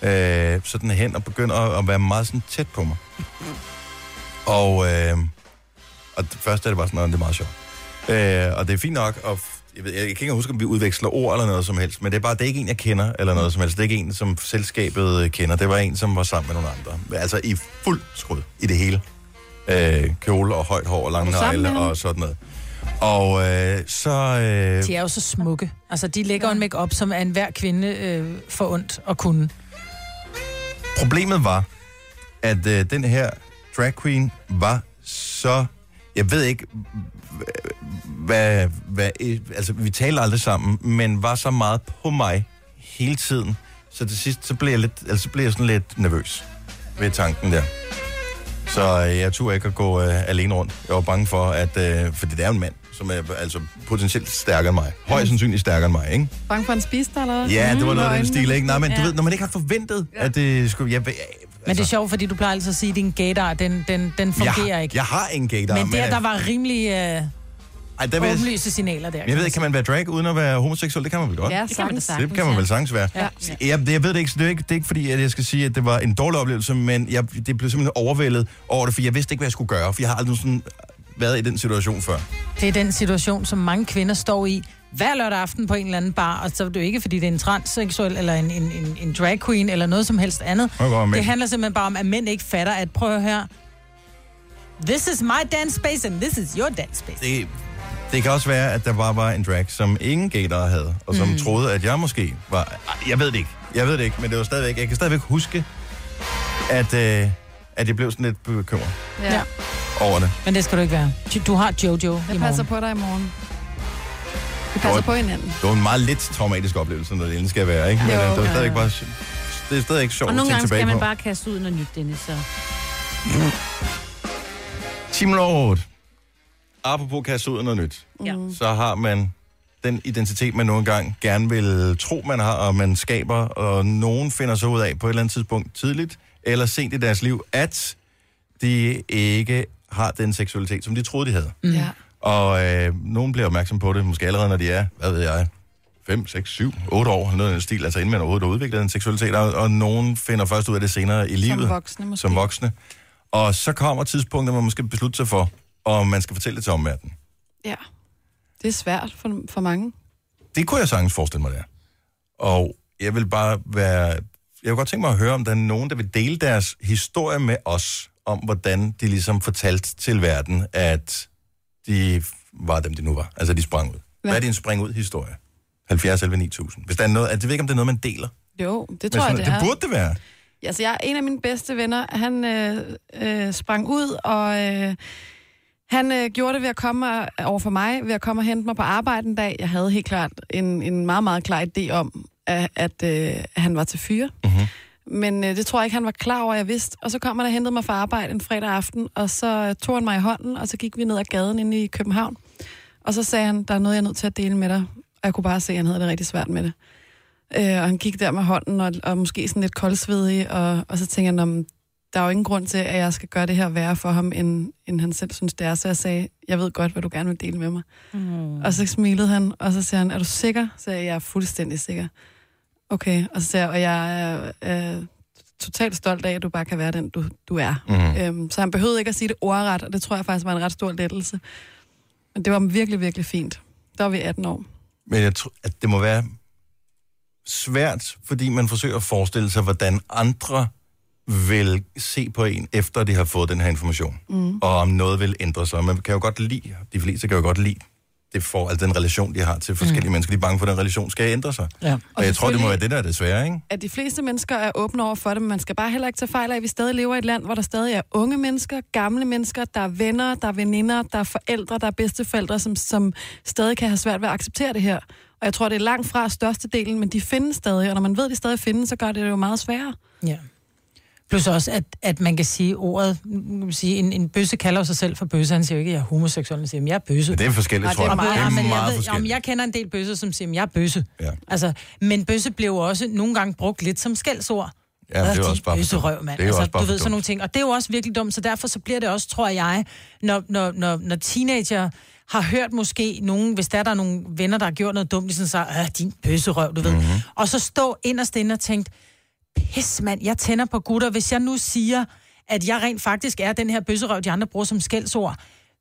[SPEAKER 1] øh, sådan hen og begynder at, at være meget sådan tæt på mig. Og, øh, og det første er det bare sådan, "Nå, det er meget sjovt. Øh, og det er fint nok, og f- jeg, ved, jeg kan ikke engang huske, om vi udveksler ord eller noget som helst, men det er bare, det er ikke en, jeg kender eller noget som helst. Det er ikke en, som selskabet øh, kender. Det var en, som var sammen med nogle andre. Altså i fuld skrud i det hele. Øh, kjole og højt hår og lange
[SPEAKER 5] Var du sammen
[SPEAKER 1] negle
[SPEAKER 5] med ham?
[SPEAKER 1] og sådan noget. Og øh, så... Øh,
[SPEAKER 5] De er jo så smukke. Altså, de lægger en make-up, som er enhver kvinde øh, for ondt at kunne.
[SPEAKER 1] Problemet var, at øh, den her drag queen var så... Jeg ved ikke, hva- hvad, hvad... Altså, vi talte aldrig sammen, men var så meget på mig hele tiden. Så til sidst, så blev jeg, lidt, altså, så blev jeg sådan lidt nervøs ved tanken der. Så øh, jeg turde ikke at gå øh, alene rundt. Jeg var bange for, at... Øh, for det er jo en mand, som er altså, potentielt stærkere end mig. Højst sandsynligt stærkere end mig, ikke?
[SPEAKER 4] Bange for en spis, der eller
[SPEAKER 1] Ja, det var noget af den
[SPEAKER 4] Øjnene.
[SPEAKER 1] stil, ikke? Nej, men du
[SPEAKER 4] Ja.
[SPEAKER 1] ved, når man ikke har forventet, at det skulle... Jeg, altså,
[SPEAKER 5] Men det er sjovt, fordi du plejer altid at sige, at din gaydar, den, den, den fungerer
[SPEAKER 1] jeg,
[SPEAKER 5] ikke.
[SPEAKER 1] Jeg har ingen gaydar.
[SPEAKER 5] men der, der var rimelig øh,
[SPEAKER 1] ej, der vil jeg,
[SPEAKER 5] åbenlyse signaler der.
[SPEAKER 1] men jeg ved ikke, kan man være drag uden at være homoseksuel? Det kan man vel godt?
[SPEAKER 5] Ja, Det kan man da sagtens.
[SPEAKER 1] Det kan man vel sagtens være.
[SPEAKER 5] Ja.
[SPEAKER 1] Så Jeg, det- jeg ved det ikke, så det er ikke, det er ikke fordi, at jeg skal sige, at det var en dårlig oplevelse, men jeg, det blev simpelthen overvældet over det, for jeg vidste ikke, hvad jeg skulle gøre, for jeg har aldrig sådan været i den situation før.
[SPEAKER 5] Det er den situation, som mange kvinder står i hver lørdag aften på en eller anden bar, og så er det jo ikke, fordi det er en transseksuel eller en, en, en, en drag queen eller noget som helst andet.
[SPEAKER 1] Og hvor er mænd?
[SPEAKER 5] Det handler simpelthen bare om, at mænd ikke fatter, at prøv her. This is my dance space, and this is your dance space.
[SPEAKER 1] Det, det kan også være, at der bare var en drag, som ingen gaydar havde, og som
[SPEAKER 5] Mm.
[SPEAKER 1] mm. troede, at jeg måske var... Ej, Jeg ved det ikke. Jeg ved det ikke, men det var stadigvæk... Jeg kan stadigvæk huske, at, øh, at jeg blev sådan lidt bekymret
[SPEAKER 4] Ja. ja.
[SPEAKER 1] over det.
[SPEAKER 5] Men det skal du ikke være. Du har Jojo i
[SPEAKER 4] Jeg passer
[SPEAKER 5] morgen.
[SPEAKER 4] på dig i morgen. Vi passer
[SPEAKER 1] Godt.
[SPEAKER 4] på hinenden.
[SPEAKER 1] Det var en meget lidt traumatisk oplevelse, når det endelig skal være, ikke? Men
[SPEAKER 4] Jo.
[SPEAKER 1] øh, det var
[SPEAKER 4] Ja.
[SPEAKER 1] stadigvæk bare... sj- Det er stadigvæk sjovt
[SPEAKER 2] Og
[SPEAKER 1] at
[SPEAKER 2] nogle
[SPEAKER 1] tænke
[SPEAKER 2] gange
[SPEAKER 1] tilbage
[SPEAKER 2] skal man
[SPEAKER 1] på.
[SPEAKER 2] bare kaste ud noget nyt, Dennis. Så.
[SPEAKER 1] 10 minutter over 8. Apropos kaste ud af noget nyt.
[SPEAKER 2] Ja.
[SPEAKER 1] Så har man den identitet, man nogle gange gerne vil tro, man har, og man skaber, og nogen finder så ud af på et eller andet tidspunkt tidligt, eller sent i deres liv, at de ikke har den seksualitet, som de troede, de havde.
[SPEAKER 4] Mm. Ja.
[SPEAKER 1] Og øh, nogen bliver opmærksom på det, måske allerede når de er, hvad ved jeg, 5, 6, 7, 8 år, noget af den stil, altså inden man overhovedet har udviklet en seksualitet, og, og nogen finder først ud af det senere i livet.
[SPEAKER 4] voksne måske.
[SPEAKER 1] Som voksne. Og så kommer tidspunktet, hvor man skal beslutte sig for, om man skal fortælle det til omverdenen.
[SPEAKER 4] Ja. Det er svært for, for mange.
[SPEAKER 1] Det kunne jeg sagtens forestille mig, det er. Og jeg vil bare være... Jeg kunne godt tænke mig at høre, om der er nogen, der vil dele deres historie med os, om hvordan de ligesom fortalte til verden, at de var dem, de nu var. Altså, de sprang ud. Hvad er din spring ud-historie? 70 11 9000. Hvis der er noget... Altså, jeg ved ikke, om det er noget, man deler.
[SPEAKER 4] Jo, det
[SPEAKER 1] Men
[SPEAKER 4] tror jeg, det er.
[SPEAKER 1] Det burde det være.
[SPEAKER 4] Ja, Altså, jeg, en af mine bedste venner, han øh, øh, sprang ud, og øh, han øh, gjorde det ved at komme og- over for mig, ved at komme og hente mig på arbejde en dag. Jeg havde helt klart en, en meget, meget klar idé om, at, at øh, han var til fyre. Mm-hmm. Men øh, det tror jeg ikke, han var klar over, jeg vidste. Og så kom han og hentede mig fra arbejde en fredag aften, og så øh, tog han mig i hånden, og så gik vi ned ad gaden inde i København. Og så sagde han, der er noget, jeg er nødt til at dele med dig. Og jeg kunne bare se, at han havde det rigtig svært med det. Øh, og han gik der med hånden, og, og måske sådan lidt koldsvedig, og, og så tænkte jeg, "Nå, men der er jo ingen grund til, at jeg skal gøre det her værre for ham, end, end han selv synes, det er. Så jeg sagde, jeg ved godt, hvad du gerne vil dele med mig.
[SPEAKER 11] Mm.
[SPEAKER 4] Og så smilede han, og så siger han, er du sikker? Så sagde jeg, jeg er fuldstændig sikker. Okay, og så siger jeg, og jeg er øh, totalt stolt af, at du bare kan være den, du, du er.
[SPEAKER 7] Mm. Øh.
[SPEAKER 11] Mhm.
[SPEAKER 4] Øhm, så han behøvede ikke at sige det ordret, og det tror jeg faktisk var en ret stor lettelse. Men det var virkelig, virkelig fint. Der var vi 18 år.
[SPEAKER 1] Men jeg tror, at det må være svært, fordi man forsøger at forestille sig, hvordan andre vil se på en, efter de har fået den her information.
[SPEAKER 4] Mm.
[SPEAKER 1] Og om noget vil ændre sig. Man kan jo godt lide, de fleste kan jo godt lide, det for, altså den relation, de har til forskellige mm. mennesker. De er bange for, at den relation skal ændre sig.
[SPEAKER 5] Ja.
[SPEAKER 1] Og, og jeg tror, det må være det, der er det svære, ikke?
[SPEAKER 4] At de fleste mennesker er åbne over for det, men man skal bare heller ikke tage fejl af, at vi stadig lever i et land, hvor der stadig er unge mennesker, gamle mennesker, der er venner, der er veninder, der er forældre, der er bedsteforældre, som, som stadig kan have svært ved at acceptere det her. Og jeg tror, det er langt fra størstedelen, men de findes stadig, og når man ved, at de stadig findes, så gør det det jo meget sværere.
[SPEAKER 5] Ja. Plus også, at, at man kan sige ordet, nu kan man sige, en, en bøsse kalder jo sig selv for bøsse, han siger jo ikke, at jeg er homoseksuel, han siger, at jeg er bøsse.
[SPEAKER 1] Men det er forskelligt,
[SPEAKER 5] Og
[SPEAKER 1] tror jeg.
[SPEAKER 5] meget-
[SPEAKER 1] Det er
[SPEAKER 5] ja, men
[SPEAKER 1] meget
[SPEAKER 5] jeg ved,
[SPEAKER 1] forskelligt.
[SPEAKER 5] Om jeg kender en del bøsse, som siger, at jeg er bøsse.
[SPEAKER 1] Ja.
[SPEAKER 5] Altså, men bøsse blev jo også nogle gange brugt lidt som
[SPEAKER 1] Ja,
[SPEAKER 5] skældsord.
[SPEAKER 1] men det er
[SPEAKER 5] Altså,
[SPEAKER 1] jo
[SPEAKER 5] din
[SPEAKER 1] også bare for
[SPEAKER 5] bøsserøv,
[SPEAKER 1] dumt.
[SPEAKER 5] mand.
[SPEAKER 1] Det er jo
[SPEAKER 5] altså,
[SPEAKER 1] også bare
[SPEAKER 5] du
[SPEAKER 1] for
[SPEAKER 5] ved sådan
[SPEAKER 1] dumt.
[SPEAKER 5] nogle ting. Og det er jo også virkelig dumt, så derfor så bliver det også, tror jeg, når, når, når, når teenager har hørt måske nogen, hvis der, der er nogle venner, der har gjort noget dumt, de sådan så, "Øh, din bøsserøv, du ved. Mm-hmm. Og så stå inderst inde og tænkt, pis mand, jeg tænder på gutter. Hvis jeg nu siger, at jeg rent faktisk er den her bøsserøv, de andre bruger som skældsord,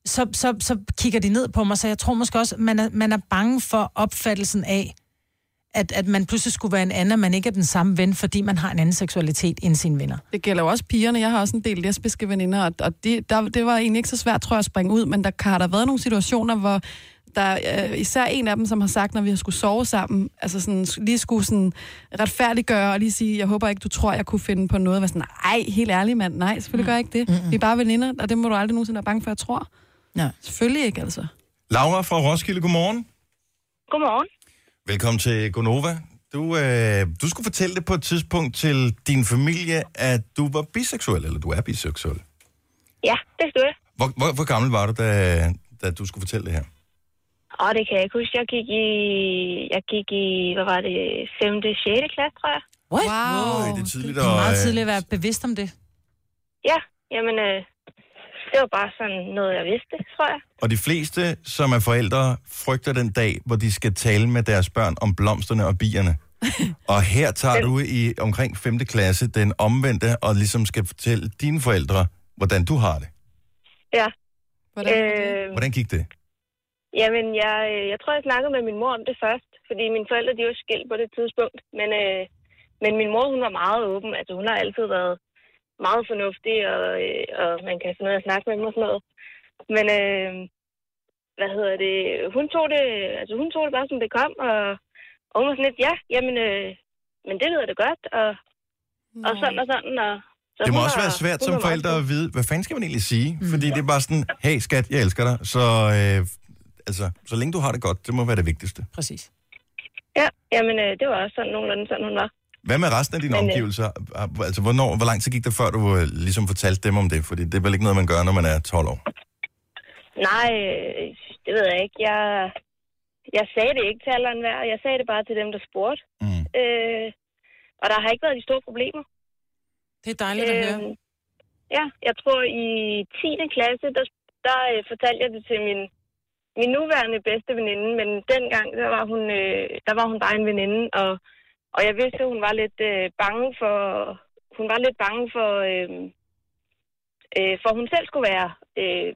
[SPEAKER 5] så, så, så kigger de ned på mig, så jeg tror måske også, man er, man er bange for opfattelsen af, at, at man pludselig skulle være en anden, og man ikke er den samme ven, fordi man har en anden seksualitet end sine venner.
[SPEAKER 4] Det gælder jo også pigerne. Jeg har også en del lesbiske veninder, og, og det, der, det var egentlig ikke så svært, tror jeg, at springe ud, men der har der været nogle situationer, hvor der er øh, især en af dem, som har sagt, når vi har skulle sove sammen, altså sådan, lige skulle sådan retfærdiggøre og lige sige, jeg håber ikke, du tror, jeg kunne finde på noget. Jeg Var sådan, nej, helt ærlig mand, nej, selvfølgelig gør jeg ikke det. Vi er bare veninder, og det må du aldrig nogensinde være bange for, jeg tror.
[SPEAKER 5] Ja.
[SPEAKER 4] Selvfølgelig ikke, altså.
[SPEAKER 1] Laura fra Roskilde, godmorgen.
[SPEAKER 10] Godmorgen.
[SPEAKER 1] Velkommen til Gonova. Du, øh, du skulle fortælle det på et tidspunkt til din familie, at du var biseksuel, eller du er biseksuel.
[SPEAKER 10] Ja, det skulle jeg.
[SPEAKER 1] Hvor, hvor, hvor gammel var du, da, da du skulle fortælle det her?
[SPEAKER 10] Og det kan jeg ikke huske. Jeg gik i, jeg gik i hvad var det, 5. 6. klasse, tror jeg.
[SPEAKER 5] What?
[SPEAKER 1] Wow. Ej, det er tidligt.
[SPEAKER 5] Det er
[SPEAKER 1] og,
[SPEAKER 5] meget
[SPEAKER 1] øh,
[SPEAKER 5] tidligt at være bevidst om det.
[SPEAKER 10] Ja, jamen, øh, det var bare sådan noget, jeg vidste, tror jeg.
[SPEAKER 1] Og de fleste, som er forældre, frygter den dag, hvor de skal tale med deres børn om blomsterne og bierne. og her tager du i omkring 5. klasse den omvendte, og ligesom skal fortælle dine forældre, hvordan du har det.
[SPEAKER 10] Ja.
[SPEAKER 4] Hvordan,
[SPEAKER 10] øh,
[SPEAKER 1] Hvordan gik det?
[SPEAKER 10] Jamen, jeg, øh, jeg tror, jeg snakkede med min mor om det først, fordi mine forældre, de var skilt på det tidspunkt. Men, øh, men min mor, hun var meget åben. Altså, hun har altid været meget fornuftig, og, øh, og man kan finde ud af at snakke med dem og sådan noget. Men, øh, hvad hedder det, hun tog det, altså, hun tog det bare, som det kom, og, og hun var sådan lidt, ja, jamen, øh, men det lyder det godt, og, og sådan og sådan, og... Så
[SPEAKER 1] Det må
[SPEAKER 10] hun
[SPEAKER 1] også
[SPEAKER 10] var-
[SPEAKER 1] være svært
[SPEAKER 10] hun
[SPEAKER 1] som
[SPEAKER 10] var meget
[SPEAKER 1] forældre at vide, hvad fanden skal man egentlig sige?
[SPEAKER 10] Mm.
[SPEAKER 1] Fordi det er bare sådan, hey skat, jeg elsker dig, så, øh, altså, så længe du har det godt, det må være det vigtigste.
[SPEAKER 5] Præcis.
[SPEAKER 10] Ja, jamen, øh, det var også sådan nogenlunde sådan, hun var.
[SPEAKER 1] Hvad med resten af dine
[SPEAKER 10] Men, øh,
[SPEAKER 1] omgivelser? Altså, hvornår, hvor lang tid gik det, før du øh, ligesom fortalte dem om det? Fordi det er vel ikke noget, man gør, når man er 12 år.
[SPEAKER 10] Nej, øh, det ved jeg ikke. Jeg, jeg sagde det ikke til alle andre. Jeg sagde det bare til dem, der spurgte.
[SPEAKER 1] Mm.
[SPEAKER 10] Øh, og der har ikke været de store problemer. Øh,
[SPEAKER 5] Det er dejligt at høre.
[SPEAKER 10] Ja, jeg tror i 10. klasse, der, der øh, fortalte jeg det til min, min nuværende bedste veninde, men dengang, der var hun, øh, der var hun bare en veninde, og, og jeg vidste, at hun var lidt øh, bange for, hun var lidt bange for, øh, øh, for hun selv skulle være øh,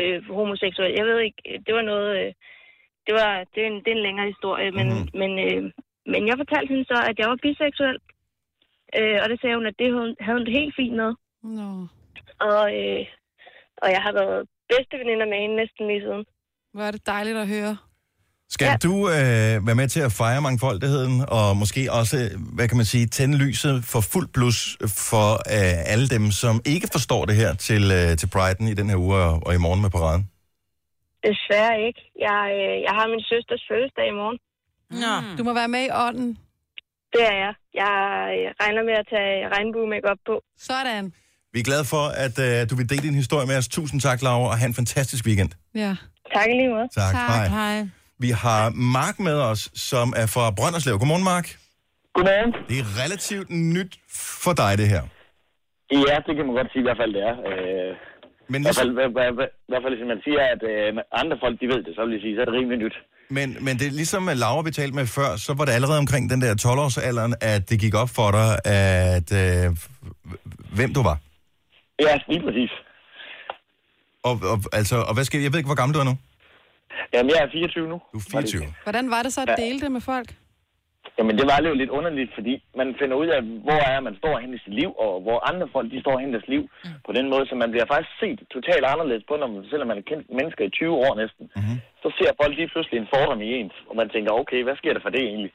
[SPEAKER 10] øh, homoseksuel. Jeg ved ikke, det var noget, øh, det var, det er en, det er en længere historie, men, mm. men, øh, men jeg fortalte hende så, at jeg var biseksuel, øh, og det sagde hun, at det hun, havde hun det helt fint med.
[SPEAKER 4] Nå.
[SPEAKER 10] Og, øh, og jeg har været bedste veninder med hende næsten lige siden.
[SPEAKER 4] Hvor er det dejligt at høre.
[SPEAKER 1] Skal ja. du øh, være med til at fejre mangfoldigheden, og måske også, hvad kan man sige, tænde lyset for fuld plus for øh, alle dem, som ikke forstår det her til, øh, til Brighton i den her uge og, og i morgen med paraden?
[SPEAKER 10] Desværre ikke. Jeg, øh, jeg har min søsters fødselsdag i morgen.
[SPEAKER 5] Nå.
[SPEAKER 4] Mm. Du må være med i ånden.
[SPEAKER 10] Det er jeg. Jeg øh, regner med at tage regnbue make op på.
[SPEAKER 4] Sådan.
[SPEAKER 1] Vi er glade for, at øh, du vil dele din historie med os. Tusind tak, Laura, og have en fantastisk weekend.
[SPEAKER 4] Ja.
[SPEAKER 10] Tak i lige måde.
[SPEAKER 1] Tak, hej.
[SPEAKER 5] hej.
[SPEAKER 1] Vi har Mark med os, som er fra Brønderslev. Godmorgen, Mark.
[SPEAKER 11] Godmorgen.
[SPEAKER 1] Det er relativt nyt for dig, det her.
[SPEAKER 11] Ja, det kan man godt sige i hvert fald, det er. Øh,
[SPEAKER 1] Men
[SPEAKER 11] I hvert fald, hva- hva- hva- i hvert fald, hvis man siger, at øh, andre folk de ved det, så vil jeg sige, så er det rimelig nyt.
[SPEAKER 1] Men, men det er ligesom med Laura, vi talte med før, så var det allerede omkring den der 12-årsalderen, at det gik op for dig, at øh, hvem du var.
[SPEAKER 11] Ja, lige præcis.
[SPEAKER 1] Og, og, altså, og hvad skal, jeg ved ikke, hvor gammel du er nu.
[SPEAKER 11] Jamen, jeg er 24 nu.
[SPEAKER 1] Du er 24.
[SPEAKER 4] Hvordan var det så at dele det med folk?
[SPEAKER 11] Jamen, det var jo lidt underligt, fordi man finder ud af, hvor er man står hen i sit liv, og hvor andre folk, de står hen i deres liv mm. på den måde, så man bliver faktisk set totalt anderledes på, når man, selvom man har kendt mennesker i 20 år næsten. Mm-hmm. Så ser folk lige pludselig en fordom i ens, og man tænker, okay, hvad sker der for det egentlig?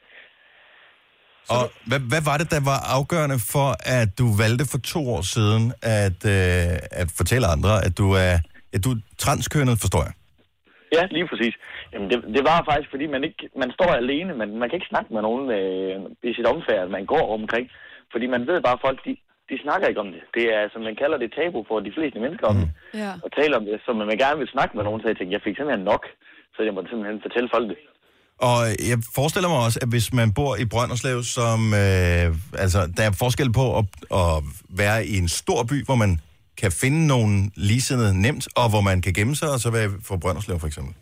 [SPEAKER 1] Og hvad, hvad var det, der var afgørende for, at du valgte for to år siden at, øh, at fortælle andre, at du er, at du er transkønnet, forstår jeg?
[SPEAKER 11] Ja, lige præcis. Jamen, det, det var faktisk, fordi man ikke, man står alene, men man kan ikke snakke med nogen øh, i sit omfærd, man går omkring. Fordi man ved bare, at folk, de, de snakker ikke om det. Det er, som man kalder det, tabu for de fleste mennesker om det.
[SPEAKER 1] Mm.
[SPEAKER 4] Ja.
[SPEAKER 11] Og tale om det, så man gerne vil snakke med nogen, så jeg tænkte, jeg fik simpelthen nok. Så jeg måtte simpelthen fortælle folk det.
[SPEAKER 1] Og jeg forestiller mig også, at hvis man bor i Brønderslev, som... Øh, altså, der er forskel på at, at være i en stor by, hvor man kan finde nogen ligesindede nemt, og hvor man kan gemme sig, og så være for Brønderslev for eksempel.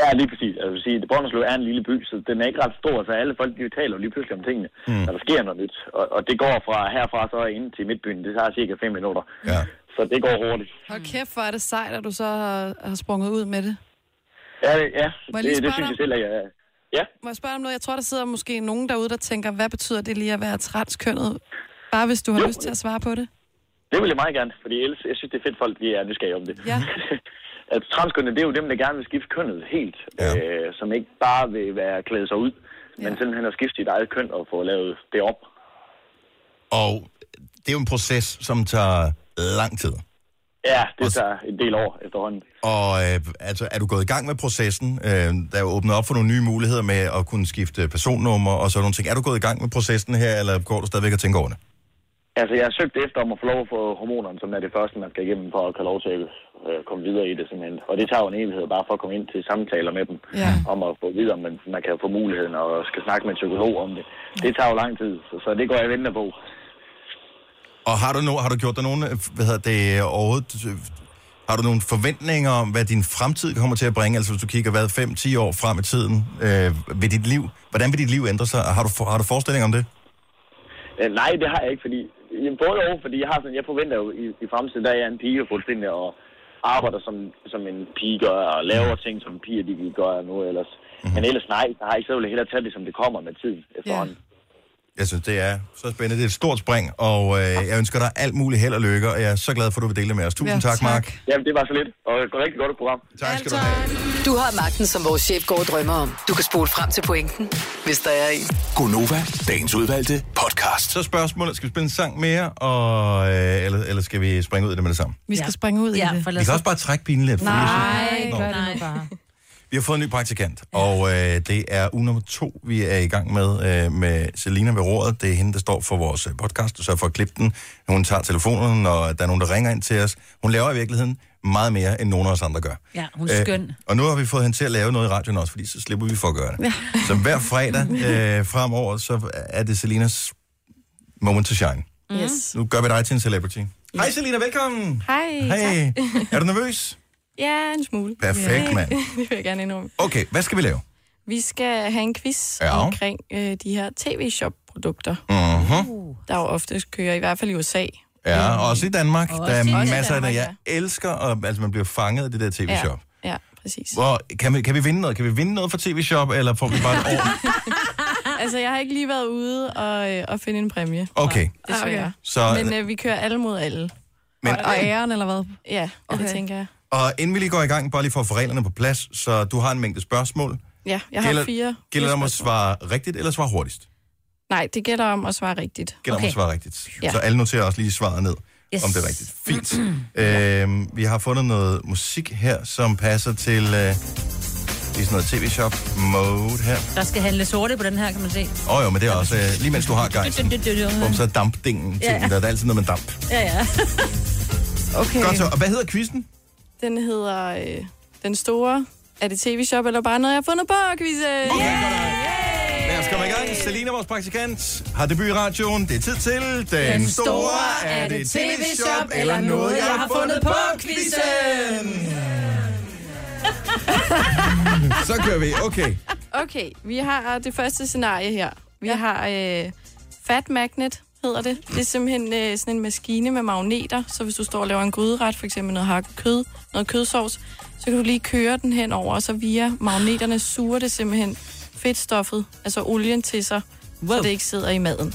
[SPEAKER 11] Ja, lige præcis. Altså, jeg vil sige, at Brønderslev er en lille by, så den er ikke ret stor, så alle folk, de taler jo lige pludselig om tingene,
[SPEAKER 1] Mm.
[SPEAKER 11] mm. når der sker noget nyt. Og, og det går fra herfra så ind til midtbyen, det tager cirka 5 minutter.
[SPEAKER 1] Ja.
[SPEAKER 11] Så det går hurtigt.
[SPEAKER 4] Hold kæft, hvor er det sejt, at du så har, har sprunget ud med det.
[SPEAKER 11] Ja, det- ja.
[SPEAKER 4] Må
[SPEAKER 11] Det,
[SPEAKER 4] jeg lige
[SPEAKER 11] det
[SPEAKER 4] spørge
[SPEAKER 11] synes
[SPEAKER 4] dig?
[SPEAKER 11] jeg selv, at jeg... Ja.
[SPEAKER 4] Må jeg spørge dig om noget? Jeg tror, der sidder måske nogen derude, der tænker, hvad betyder det lige at være transkønnet? Bare hvis du har lyst til at svare på det.
[SPEAKER 11] Det vil jeg meget gerne, fordi ellers, jeg synes, det er fedt, folk de er nysgerrige om det.
[SPEAKER 4] Ja.
[SPEAKER 11] at transkønne, det er jo dem, der gerne vil skifte kønnet helt, ja. øh, som ikke bare vil være klædet sig ud, men simpelthen at skifte sit eget køn og få lavet det op.
[SPEAKER 1] Og det er jo en proces, som tager lang tid.
[SPEAKER 11] Ja, det tager en del år efterhånden.
[SPEAKER 1] Og øh, altså, er du gået i gang med processen? Øh, der er jo åbnet op for nogle nye muligheder med at kunne skifte personnummer og sådan nogle ting. Er du gået i gang med processen her, eller går du stadigvæk og tænker over det?
[SPEAKER 11] Altså, jeg har søgt efter om at få lov at få hormonerne, som er det første, man skal igennem for at have lov til at øh, komme videre i det, simpelthen. Og det tager jo en evighed bare for at komme ind til samtaler med dem,
[SPEAKER 4] ja.
[SPEAKER 11] om at få videre, men man kan jo få muligheden og skal snakke med en psykolog om det. Det tager jo lang tid, så, så det går jeg og venter på.
[SPEAKER 1] Og har du, no, har du gjort dig nogen, øh, hvad hedder det, øh, overhovedet, øh, har du nogle forventninger om, hvad din fremtid kommer til at bringe? Altså hvis du kigger, hvad, 5-10 år frem i tiden øh, ved dit liv, hvordan vil dit liv ændre sig? Har du, for- har du forestillinger om det?
[SPEAKER 11] Øh, nej, det har jeg ikke, fordi... Jamen, Både over, fordi jeg, har sådan, jeg forventer jo i, i fremtiden, der er jeg en pige fuldstændig og arbejder som, som en pige gør, og laver ting, som piger de gør nu ellers.
[SPEAKER 1] Mhm.
[SPEAKER 11] Mm-hmm. Men ellers nej, der har jeg ikke, så vil jeg hellere tage det, som det kommer med tiden efterhånden.
[SPEAKER 1] Jeg synes, det er så spændende. Det er et stort spring, og øh, jeg ønsker dig alt muligt held og lykke, og jeg er så glad for, at du vil dele det med os. Tusind ja, tak, Mark.
[SPEAKER 11] Jamen, det var så lidt, og et rigtig godt program.
[SPEAKER 1] Tak skal du have.
[SPEAKER 7] Du har magten, som vores chef går og drømmer om. Du kan spole frem til pointen, hvis der er en.
[SPEAKER 6] Gonova, dagens udvalgte podcast.
[SPEAKER 1] Så spørgsmålet, skal vi spille en sang mere, og, øh, eller, eller skal vi springe ud i det med det samme?
[SPEAKER 4] Vi skal ja. springe ud
[SPEAKER 2] ja,
[SPEAKER 4] i det.
[SPEAKER 2] for lad
[SPEAKER 1] Vi
[SPEAKER 2] os-
[SPEAKER 1] kan også bare trække pinen lidt. fordi jeg synes-
[SPEAKER 4] Nej,
[SPEAKER 1] Nå.
[SPEAKER 4] gør det nu bare.
[SPEAKER 1] Vi har fået en ny praktikant, og øh, det er uge nummer to, vi er i gang med øh, med Selina ved rådet. Det er hende, der står for vores øh, podcast, og sørger for at klippe den. Hun tager telefonen, når der er nogen, der ringer ind til os. Hun laver i virkeligheden meget mere, end nogen af os andre gør. Øh,
[SPEAKER 2] Ja, hun
[SPEAKER 9] Øh.
[SPEAKER 2] er skøn.
[SPEAKER 1] og nu har vi fået hende til at lave noget i radioen også, fordi så slipper vi for at gøre det. Så hver fredag øh, fremover, så er det Selinas moment to shine.
[SPEAKER 2] Mm.
[SPEAKER 3] Yes.
[SPEAKER 1] Nu gør vi dig til en celebrity. Hej Selina, velkommen!
[SPEAKER 3] Hej.
[SPEAKER 1] Hej.
[SPEAKER 3] tak.
[SPEAKER 1] Er du nervøs?
[SPEAKER 3] ja, en smule.
[SPEAKER 1] Perfekt, mand.
[SPEAKER 3] det vil jeg gerne indrømme.
[SPEAKER 1] Okay, hvad skal vi lave?
[SPEAKER 3] Vi skal have en quiz
[SPEAKER 1] Ja.
[SPEAKER 3] ja. omkring øh, de her tv-shop-produkter,
[SPEAKER 2] Mm-hmm.
[SPEAKER 1] Uh-huh.
[SPEAKER 3] der jo ofte kører, i hvert fald i USA.
[SPEAKER 1] Ja, også i Danmark.
[SPEAKER 3] Også
[SPEAKER 1] der er
[SPEAKER 3] i
[SPEAKER 1] masser af det.
[SPEAKER 3] Danmark,
[SPEAKER 1] Jeg elsker, og, altså man bliver fanget af det der tv-shop.
[SPEAKER 3] Ja, ja præcis.
[SPEAKER 1] Hvor, kan, vi, kan vi vinde noget? Kan vi vinde noget fra tv-shop, eller får vi bare et år?
[SPEAKER 3] altså, jeg har ikke lige været ude og, øh, og finde en præmie.
[SPEAKER 1] Okay.
[SPEAKER 3] Desværre.
[SPEAKER 1] Så-
[SPEAKER 3] Men øh, vi kører alle mod alle.
[SPEAKER 1] Men-
[SPEAKER 3] og, og æren, eller hvad? Ja, okay. det tænker jeg.
[SPEAKER 1] Og inden vi lige går i gang, bare lige for at få reglerne på plads, så du har en mængde spørgsmål.
[SPEAKER 3] Ja, jeg har
[SPEAKER 1] Gælder-
[SPEAKER 3] fire.
[SPEAKER 1] Gælder det om at svare rigtigt, eller svare hurtigst?
[SPEAKER 3] Nej, det gælder om at svare rigtigt.
[SPEAKER 1] Gælder okay. om at svare rigtigt. Ja.
[SPEAKER 3] Ja.
[SPEAKER 1] Så alle noterer også lige svaret ned, yes.
[SPEAKER 3] Yes.
[SPEAKER 1] om det er rigtigt. Fint. øhm, vi har fundet noget musik her, som passer til øh, lige sådan noget tv-shop-mode her.
[SPEAKER 2] Der skal handle sorte på den her, kan man se.
[SPEAKER 1] Åh oh, jo, men det er også øh, lige mens du har gejsen. Bum, så er dampdingen til
[SPEAKER 2] Ja.
[SPEAKER 1] ja. den der. Der er altid noget med damp.
[SPEAKER 2] Ja, ja.
[SPEAKER 3] Okay.
[SPEAKER 1] Godt så. Og hvad hedder quizzen?
[SPEAKER 3] Den hedder øh, Den Store Er det tv-shop eller bare noget, jeg har fundet på, quizze?
[SPEAKER 1] Lad os komme i gang. Selina, vores praktikant, har debut i radioen. Det er tid til den,
[SPEAKER 12] Den
[SPEAKER 1] store,
[SPEAKER 12] store,
[SPEAKER 1] Er det tv-shop eller noget, jeg har fundet på quizzen? Så kører vi. Okay.
[SPEAKER 3] Okay, vi har øh, det første scenarie her. Vi ja. har øh, Fat Magnet, hedder det. Det er simpelthen øh, sådan en maskine med magneter, så hvis du står og laver en gryderet, for eksempel noget hakket kød, noget kødsovs, så kan du lige køre den hen over, og så via magneterne suger det simpelthen fedtstoffet, altså olien til sig, wow. så det ikke sidder i maden.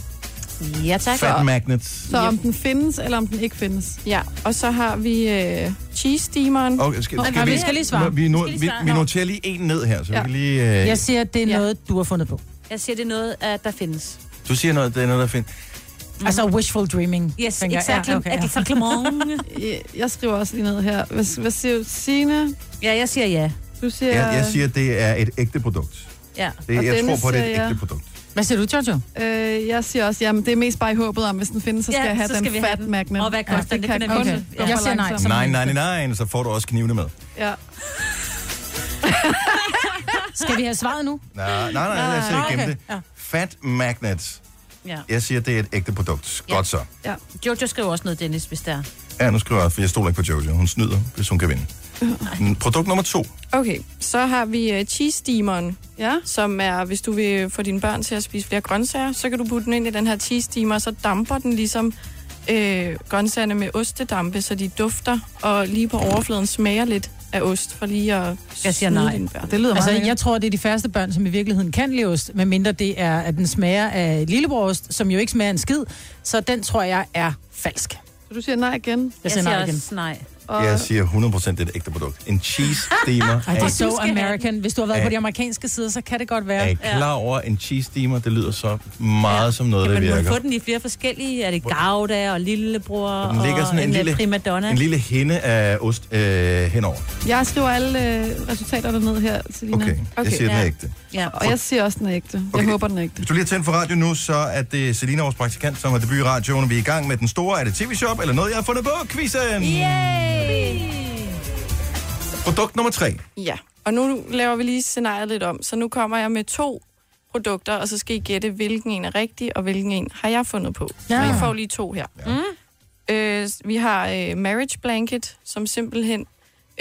[SPEAKER 4] Ja,
[SPEAKER 1] Fat Magnet.
[SPEAKER 4] Så om den findes, eller om den ikke findes?
[SPEAKER 3] Ja, og så har vi øh, cheese steameren.
[SPEAKER 1] Okay, skal, skal vi, Vi, no, vi, vi noterer lige en ned her, så ja.
[SPEAKER 2] Ja.
[SPEAKER 1] vi kan lige... Øh,
[SPEAKER 5] Jeg siger, at det er ja. noget, du har fundet
[SPEAKER 4] Mm.
[SPEAKER 5] på.
[SPEAKER 2] Jeg siger, det er noget, at der findes.
[SPEAKER 1] Du siger noget, det er noget, der findes.
[SPEAKER 5] Altså wishful dreaming.
[SPEAKER 2] Yes,
[SPEAKER 5] tænker jeg.
[SPEAKER 2] exactly. Exactly.
[SPEAKER 4] Jeg- jeg skriver også lige ned her. Hvad, hvad siger du, Signe?
[SPEAKER 2] Ja, jeg siger ja.
[SPEAKER 4] Du siger...
[SPEAKER 1] Jeg, jeg siger, det er et ægte produkt.
[SPEAKER 2] Ja.
[SPEAKER 1] Det,
[SPEAKER 4] Og
[SPEAKER 1] jeg tror
[SPEAKER 4] Dennis
[SPEAKER 1] på, det er et
[SPEAKER 4] siger ja.
[SPEAKER 1] ægte produkt.
[SPEAKER 5] Hvad siger du, Jojo?
[SPEAKER 4] Øh, jeg siger også, jamen det er mest bare i håbet om, hvis den findes, så skal
[SPEAKER 5] Ja,
[SPEAKER 4] jeg have
[SPEAKER 5] så
[SPEAKER 4] den
[SPEAKER 5] skal vi have
[SPEAKER 4] fat
[SPEAKER 5] den.
[SPEAKER 4] magnet.
[SPEAKER 5] Og hvad koster den?
[SPEAKER 4] kan
[SPEAKER 5] Det
[SPEAKER 4] kun
[SPEAKER 5] finder vi
[SPEAKER 4] gå
[SPEAKER 5] ud af.
[SPEAKER 4] for
[SPEAKER 5] Jeg siger nej.
[SPEAKER 1] 9,99,
[SPEAKER 5] Som
[SPEAKER 4] langsomt.
[SPEAKER 1] så får du også knivene med.
[SPEAKER 4] Ja.
[SPEAKER 5] Skal vi have svaret nu?
[SPEAKER 1] Nej, nej, nej, lad os se
[SPEAKER 5] Nej,
[SPEAKER 1] igennem
[SPEAKER 5] okay.
[SPEAKER 1] det. Fat Magnet.
[SPEAKER 2] Ja.
[SPEAKER 1] Jeg siger, det er et ægte produkt. Godt så.
[SPEAKER 4] ja.
[SPEAKER 2] Jojo skriver også noget, Dennis, hvis der er.
[SPEAKER 1] Ja, nu skriver jeg, for jeg stoler ikke på Jojo. Hun snyder, hvis hun kan vinde. Mm, Produkt nummer to.
[SPEAKER 3] Okay, så har vi øh, cheese steameren, ja. som er, hvis du vil få dine børn til at spise flere grøntsager, så kan du putte den ind i den her cheese steamer, så damper den ligesom øh, grøntsagerne med ostedampe, så de dufter, og lige på overfladen smager lidt af ost, for lige at
[SPEAKER 5] Jeg siger
[SPEAKER 3] snyde
[SPEAKER 5] nej.
[SPEAKER 3] dine børn.
[SPEAKER 5] Det lyder altså, jeg tror, det er de færreste børn, som i virkeligheden kan lide ost, medmindre det er, at den smager af lillebrorost, som jo ikke smager af en skid. Så den tror jeg er falsk.
[SPEAKER 4] Så du siger nej igen?
[SPEAKER 5] Jeg siger nej igen.
[SPEAKER 2] nej.
[SPEAKER 1] Og... Jeg siger 100% det er et ægte produkt. En cheese steamer.
[SPEAKER 5] Ej, det
[SPEAKER 1] er-
[SPEAKER 5] er so American. Hvis du har været
[SPEAKER 1] Ja.
[SPEAKER 5] på de amerikanske sider, så kan det godt være.
[SPEAKER 1] Er I klar over, en cheese steamer, det lyder så meget ja. som noget, der
[SPEAKER 2] Kan man
[SPEAKER 1] virker.
[SPEAKER 2] må få den i flere forskellige? Er det Gouda og Lillebror og
[SPEAKER 1] Den ligger sådan en,
[SPEAKER 2] øh,
[SPEAKER 1] lille,
[SPEAKER 2] Primadonna?
[SPEAKER 1] en lille hende af ost øh, henover.
[SPEAKER 4] Jeg skriver alle øh, resultaterne ned her, Selina.
[SPEAKER 1] Okay, jeg siger, den er ægte.
[SPEAKER 2] Ja.
[SPEAKER 4] Og jeg siger også, den er ægte. Jeg håber, den er ægte.
[SPEAKER 1] Hvis du lige har tændt for radio nu, så er det Selina, vores praktikant, som har debut i radioen, og vi er i gang med den store, er det tv-shop eller noget, jeg har fundet på, quizzen! Produkt nummer tre.
[SPEAKER 3] Ja, og nu laver vi lige scenariet lidt om, så nu kommer jeg med to produkter, og så skal I gætte, hvilken en er rigtig, og hvilken en har jeg fundet på. Ja.
[SPEAKER 12] Ja.
[SPEAKER 3] Så I får lige to her. Ja. Mm. Øh, vi har øh, Marriage Blanket, som simpelthen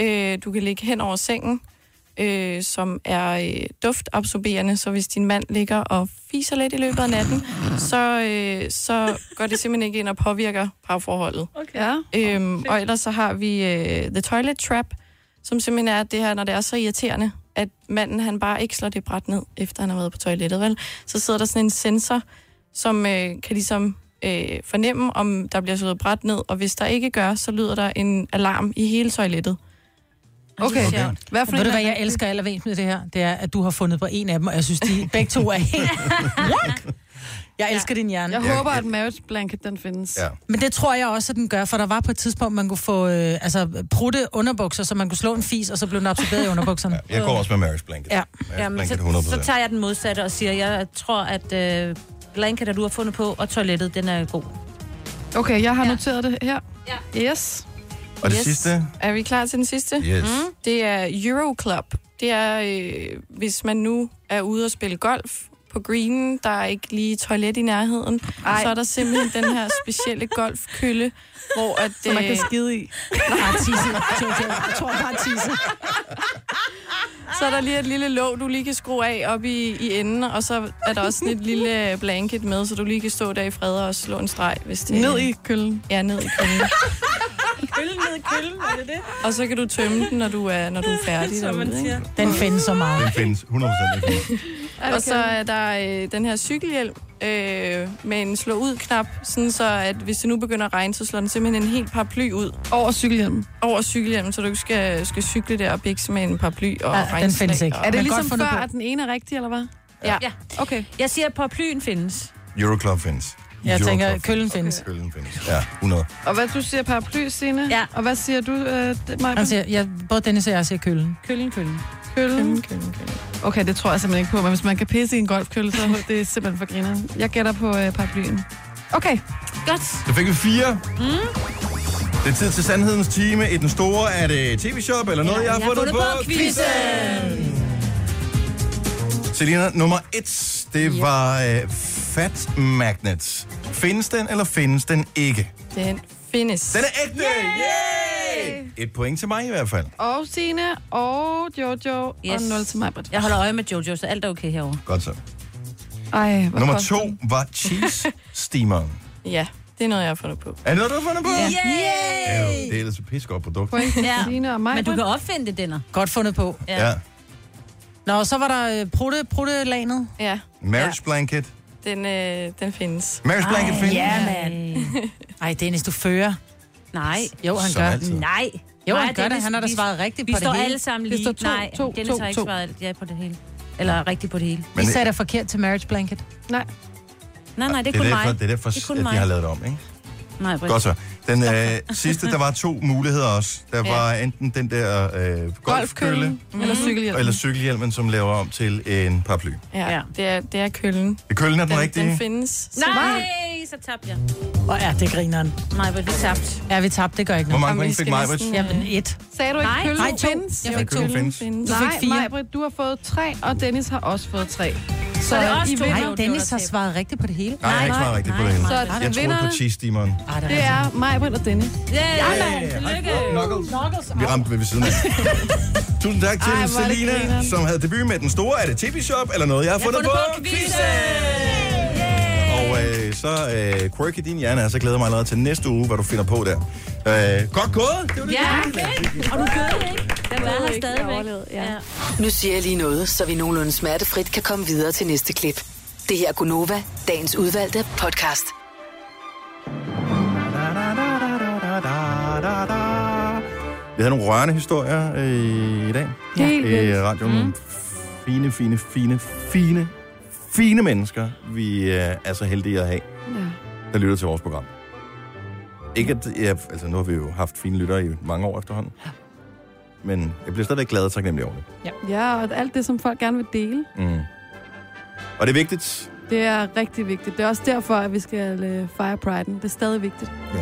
[SPEAKER 3] øh, du kan ligge hen over sengen, øh, som er øh, duftabsorberende, så hvis din mand ligger og fiser lidt i løbet af natten, så, øh, så går det simpelthen ikke ind og påvirker parforholdet.
[SPEAKER 4] Okay. Ja.
[SPEAKER 3] Øhm, og ellers så har vi øh, The Toilet Trap, som simpelthen er det her, når det er så irriterende, at manden han bare ikke slår det bræt ned, efter han har været på toilettet, vel? Så sidder der sådan en sensor, som øh, kan ligesom øh, fornemme, om der bliver slået bræt ned, og hvis der ikke gør, så lyder der en alarm i hele toilettet.
[SPEAKER 5] Okay.
[SPEAKER 3] Okay.
[SPEAKER 5] Hvad for Ved du,
[SPEAKER 3] en
[SPEAKER 5] hvad
[SPEAKER 3] er
[SPEAKER 5] jeg elsker allermest med det her? Det er, at du har fundet på en af dem, og jeg synes, de begge to er helt... What? Jeg elsker din hjerne.
[SPEAKER 4] Jeg håber, at marriage blanket, den findes.
[SPEAKER 1] Ja.
[SPEAKER 5] Men det tror jeg også, at den gør, for der var på et tidspunkt, man kunne få øh, altså, prutte underbukser, så man kunne slå en fis, og så blev den absorberet i underbukserne. Ja,
[SPEAKER 1] Jeg går også med Marys Blanket.
[SPEAKER 5] Ja.
[SPEAKER 1] Marys
[SPEAKER 2] Jamen,
[SPEAKER 1] Blanket
[SPEAKER 2] så,
[SPEAKER 1] 100%.
[SPEAKER 2] så tager jeg den modsatte og siger, jeg tror, at øh, blanket, du har fundet på, og toilettet, den er god.
[SPEAKER 4] Okay, jeg har ja. noteret det her. Ja. Yes.
[SPEAKER 1] Og det sidste?
[SPEAKER 3] Er vi klar til den sidste?
[SPEAKER 1] Yes.
[SPEAKER 3] Mm. Det er Euroclub. Det er, øh, hvis man nu er ude og spille golf på greenen, der er ikke lige toilet i nærheden, Ej. så er der simpelthen den her specielle golfkølle, hvor at... øh,
[SPEAKER 4] Som man kan skide i.
[SPEAKER 5] Nej, tisse. Jeg tror bare tisse.
[SPEAKER 3] Så er der lige et lille låg, du lige kan skrue af op i, i enden, og så er der også sådan et lille blanket med, så du lige kan stå der i fred og slå en streg, hvis det
[SPEAKER 4] Ned i køllen.
[SPEAKER 3] Ja, ned i køllen.
[SPEAKER 2] Køllen ned i køllen, er det det?
[SPEAKER 3] Og så kan du tømme den, når du er, når du er færdig.
[SPEAKER 2] Som man
[SPEAKER 3] derude, ikke?
[SPEAKER 2] siger.
[SPEAKER 5] Den findes så meget.
[SPEAKER 1] Den findes 100%. Den findes.
[SPEAKER 3] Og så er der øh, den her cykelhjelm øh, med en slå-ud-knap, sådan så at hvis det nu begynder at regne, så slår den simpelthen en helt paraply ud
[SPEAKER 4] Over cykelhjelmen.
[SPEAKER 3] over cykelhjelmen, så du ikke skal, skal cykle der og bikse med en paraply og
[SPEAKER 5] Ja,
[SPEAKER 3] ja,
[SPEAKER 5] den findes ikke.
[SPEAKER 4] Er
[SPEAKER 5] Men
[SPEAKER 4] det ligesom
[SPEAKER 5] godt fundet
[SPEAKER 4] før,
[SPEAKER 5] på.
[SPEAKER 4] at den ene er rigtig, eller hvad?
[SPEAKER 3] Ja.
[SPEAKER 2] ja.
[SPEAKER 4] Okay.
[SPEAKER 2] Jeg siger, at paraplyen findes.
[SPEAKER 1] Euroclub findes.
[SPEAKER 5] Jeg
[SPEAKER 1] Euroclub
[SPEAKER 5] tænker, køllen findes.
[SPEAKER 1] Køllen findes. Ja, 100.
[SPEAKER 4] Og hvad du siger, paraply, Signe? Ja. Og hvad siger du, øh, d- Maja?
[SPEAKER 5] Han siger, jeg, både Dennis og jeg siger køllen.
[SPEAKER 2] Køllen, køllen.
[SPEAKER 4] Køllen. Okay, det tror jeg simpelthen ikke på, men hvis man kan pisse i en golfkølle, så er det simpelthen for griner. Jeg gætter på øh, paraplyen. Okay.
[SPEAKER 2] Godt.
[SPEAKER 1] Så fik vi fire. Mm. Det er tid til sandhedens time. I den store er det tv-shop eller noget, jeg har fundet på.
[SPEAKER 2] quizzen!
[SPEAKER 1] Selina, nummer et, det var øh, Fat Magnet. Findes den, eller findes den ikke?
[SPEAKER 3] Den findes.
[SPEAKER 1] Den er ægte! Yay! Et point til mig i hvert fald.
[SPEAKER 4] Og Signe, og Jojo,
[SPEAKER 2] Yes.
[SPEAKER 4] yes. og 0 til mig.
[SPEAKER 2] Jeg holder øje med Jojo, så alt er okay herovre.
[SPEAKER 1] Godt så.
[SPEAKER 4] Ej,
[SPEAKER 1] Nummer to var Cheese Steameren.
[SPEAKER 3] Ja, det er noget, jeg har fundet på.
[SPEAKER 1] Er det noget, du har fundet på?
[SPEAKER 2] Ja.
[SPEAKER 1] Ja, jo, det er ellers et pisse godt produkt.
[SPEAKER 4] Signe og
[SPEAKER 2] Men du kan opfinde det, Denner.
[SPEAKER 5] Godt fundet på.
[SPEAKER 1] Ja.
[SPEAKER 5] Nå, så var der øh, prutte, pruttelanet.
[SPEAKER 3] Ja.
[SPEAKER 1] Marriage Blanket.
[SPEAKER 3] Den, øh, den findes.
[SPEAKER 1] Marriage Blanket findes.
[SPEAKER 5] Ja, mand.
[SPEAKER 2] Øh,
[SPEAKER 5] Ej, Dennis, du fører.
[SPEAKER 2] Nej.
[SPEAKER 5] Jo, han
[SPEAKER 1] Som
[SPEAKER 5] gør.
[SPEAKER 1] altid.
[SPEAKER 2] Nej.
[SPEAKER 5] Jo,
[SPEAKER 2] Nej,
[SPEAKER 5] han gør det.
[SPEAKER 2] Dennis,
[SPEAKER 5] Han har da
[SPEAKER 2] vi-
[SPEAKER 5] svaret rigtigt
[SPEAKER 2] Vi
[SPEAKER 5] på det
[SPEAKER 2] står
[SPEAKER 5] hele.
[SPEAKER 2] alle sammen
[SPEAKER 5] Vi
[SPEAKER 2] lige.
[SPEAKER 5] står to,
[SPEAKER 2] Nej,
[SPEAKER 5] to,
[SPEAKER 2] Dennis
[SPEAKER 5] to,
[SPEAKER 2] har ikke
[SPEAKER 5] to.
[SPEAKER 2] svaret ja på det hele. Eller rigtigt på det hele.
[SPEAKER 5] Vi
[SPEAKER 1] Men-
[SPEAKER 5] sagde da forkert til Marriage Blanket.
[SPEAKER 4] Nej.
[SPEAKER 2] Nej, nej, det er
[SPEAKER 1] Det er
[SPEAKER 2] kun
[SPEAKER 1] derfor,
[SPEAKER 2] mig.
[SPEAKER 1] det er derfor
[SPEAKER 2] Det er kun
[SPEAKER 1] at de
[SPEAKER 2] mig.
[SPEAKER 1] har lavet det om, ikke?
[SPEAKER 2] Nej, Britt.
[SPEAKER 1] Godt så. Den øh, sidste, der var to muligheder også. Der var enten den der øh, golfkølle,
[SPEAKER 4] Golfkølle. Mm. Eller cykelhjelm.
[SPEAKER 1] eller cykelhjelmen, som laver om til en paraply.
[SPEAKER 3] Ja, ja. Det, er, det er køllen.
[SPEAKER 1] Køllen er den,
[SPEAKER 3] Den,
[SPEAKER 1] rigtige.
[SPEAKER 3] den findes.
[SPEAKER 2] Nej, så tabte jeg.
[SPEAKER 5] Og ja, det grineren.
[SPEAKER 2] Nej, hvor vi tabte.
[SPEAKER 5] Ja, vi tabte, det gør ikke
[SPEAKER 1] Hvor
[SPEAKER 5] noget.
[SPEAKER 1] mange
[SPEAKER 3] Om vi
[SPEAKER 1] point fik
[SPEAKER 3] skal
[SPEAKER 1] mig,
[SPEAKER 3] næsten-
[SPEAKER 5] Jamen, et.
[SPEAKER 4] Sagde du ikke,
[SPEAKER 2] Nej.
[SPEAKER 4] Kølle
[SPEAKER 5] Nej, to.
[SPEAKER 4] findes?
[SPEAKER 5] Jeg fik to.
[SPEAKER 1] Kølle findes.
[SPEAKER 3] findes.
[SPEAKER 5] Du fik
[SPEAKER 4] Nej,
[SPEAKER 5] fire.
[SPEAKER 4] Majbrit, du har fået tre, og Dennis har også fået tre. Så,
[SPEAKER 2] det er os
[SPEAKER 4] I
[SPEAKER 2] to.
[SPEAKER 4] vinder.
[SPEAKER 5] Nej, Dennis har svaret rigtigt på det hele.
[SPEAKER 1] Nej, jeg har ikke svaret rigtigt på det hele.
[SPEAKER 4] Så
[SPEAKER 1] Jeg troede på
[SPEAKER 4] vinderne,
[SPEAKER 1] cheese-steameren.
[SPEAKER 5] Ej, det
[SPEAKER 4] det
[SPEAKER 5] er...
[SPEAKER 4] er Majbrit og Dennis.
[SPEAKER 2] Yeah,
[SPEAKER 1] Ej, hej, Knuckles.
[SPEAKER 5] Knuckles.
[SPEAKER 1] Vi ramte ved ved siden af. Tusind tak til
[SPEAKER 4] Ej, hvor er det
[SPEAKER 1] Selina,
[SPEAKER 4] grineren.
[SPEAKER 1] som havde debut med den store. Er det tv-shop eller noget, jeg har fundet,
[SPEAKER 2] fundet
[SPEAKER 1] på?
[SPEAKER 2] på
[SPEAKER 1] Og øh, så øh, quirk i din hjerne, og så glæder jeg mig allerede til næste uge, hvad du finder på der. Øh, godt gået! Det var det,
[SPEAKER 2] Ja,
[SPEAKER 1] vi fik.
[SPEAKER 2] og du gør det, ikke? Den var her stadigvæk. Ja.
[SPEAKER 7] Nu siger jeg lige noget, så vi nogenlunde smertefrit kan komme videre til næste klip. Det her er Gunova, dagens udvalgte podcast.
[SPEAKER 1] Vi havde nogle rørende historier øh, i dag.
[SPEAKER 4] Ja. Helt
[SPEAKER 1] I radioen. Nogle Fine, fine, fine, fine, fine mennesker, vi øh, er så heldige at have, der lytter til vores program. Ikke at, ja, altså nu har vi jo haft fine lyttere i mange år efterhånden. Men jeg bliver stadigvæk glad og taknemmelig over det.
[SPEAKER 4] Ja, og alt det, som folk gerne vil dele,
[SPEAKER 1] Mm. Og det er vigtigt.
[SPEAKER 4] det er rigtig vigtigt. Det er også derfor, at vi skal øh, fejre priden. Det er stadig vigtigt.
[SPEAKER 1] Ja.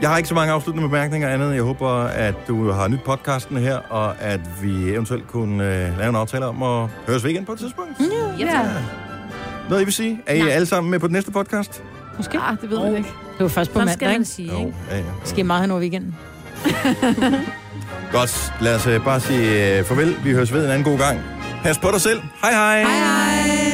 [SPEAKER 1] Jeg har ikke så mange afsluttende bemærkninger andet. Jeg håber, at du har nyt podcasten her, og at vi eventuelt kunne øh, lave en aftale om at høres ved igen på et tidspunkt. Mm.
[SPEAKER 4] Ja,
[SPEAKER 1] Noget, I vil sige? Er I
[SPEAKER 2] Nej.
[SPEAKER 1] alle sammen med på den næste podcast?
[SPEAKER 5] Måske.
[SPEAKER 4] ah, det ved man ikke.
[SPEAKER 5] Det var først på
[SPEAKER 2] Sådan skal
[SPEAKER 5] mandag,
[SPEAKER 2] man
[SPEAKER 5] ikke?
[SPEAKER 2] sige, ikke?
[SPEAKER 1] ja, ja.
[SPEAKER 5] Skal meget hen over weekenden.
[SPEAKER 1] Godt. Lad os øh, bare sige øh, farvel. Vi høres ved en anden god gang. Pas på dig selv. Hej hej. Hej hej.
[SPEAKER 5] Hej.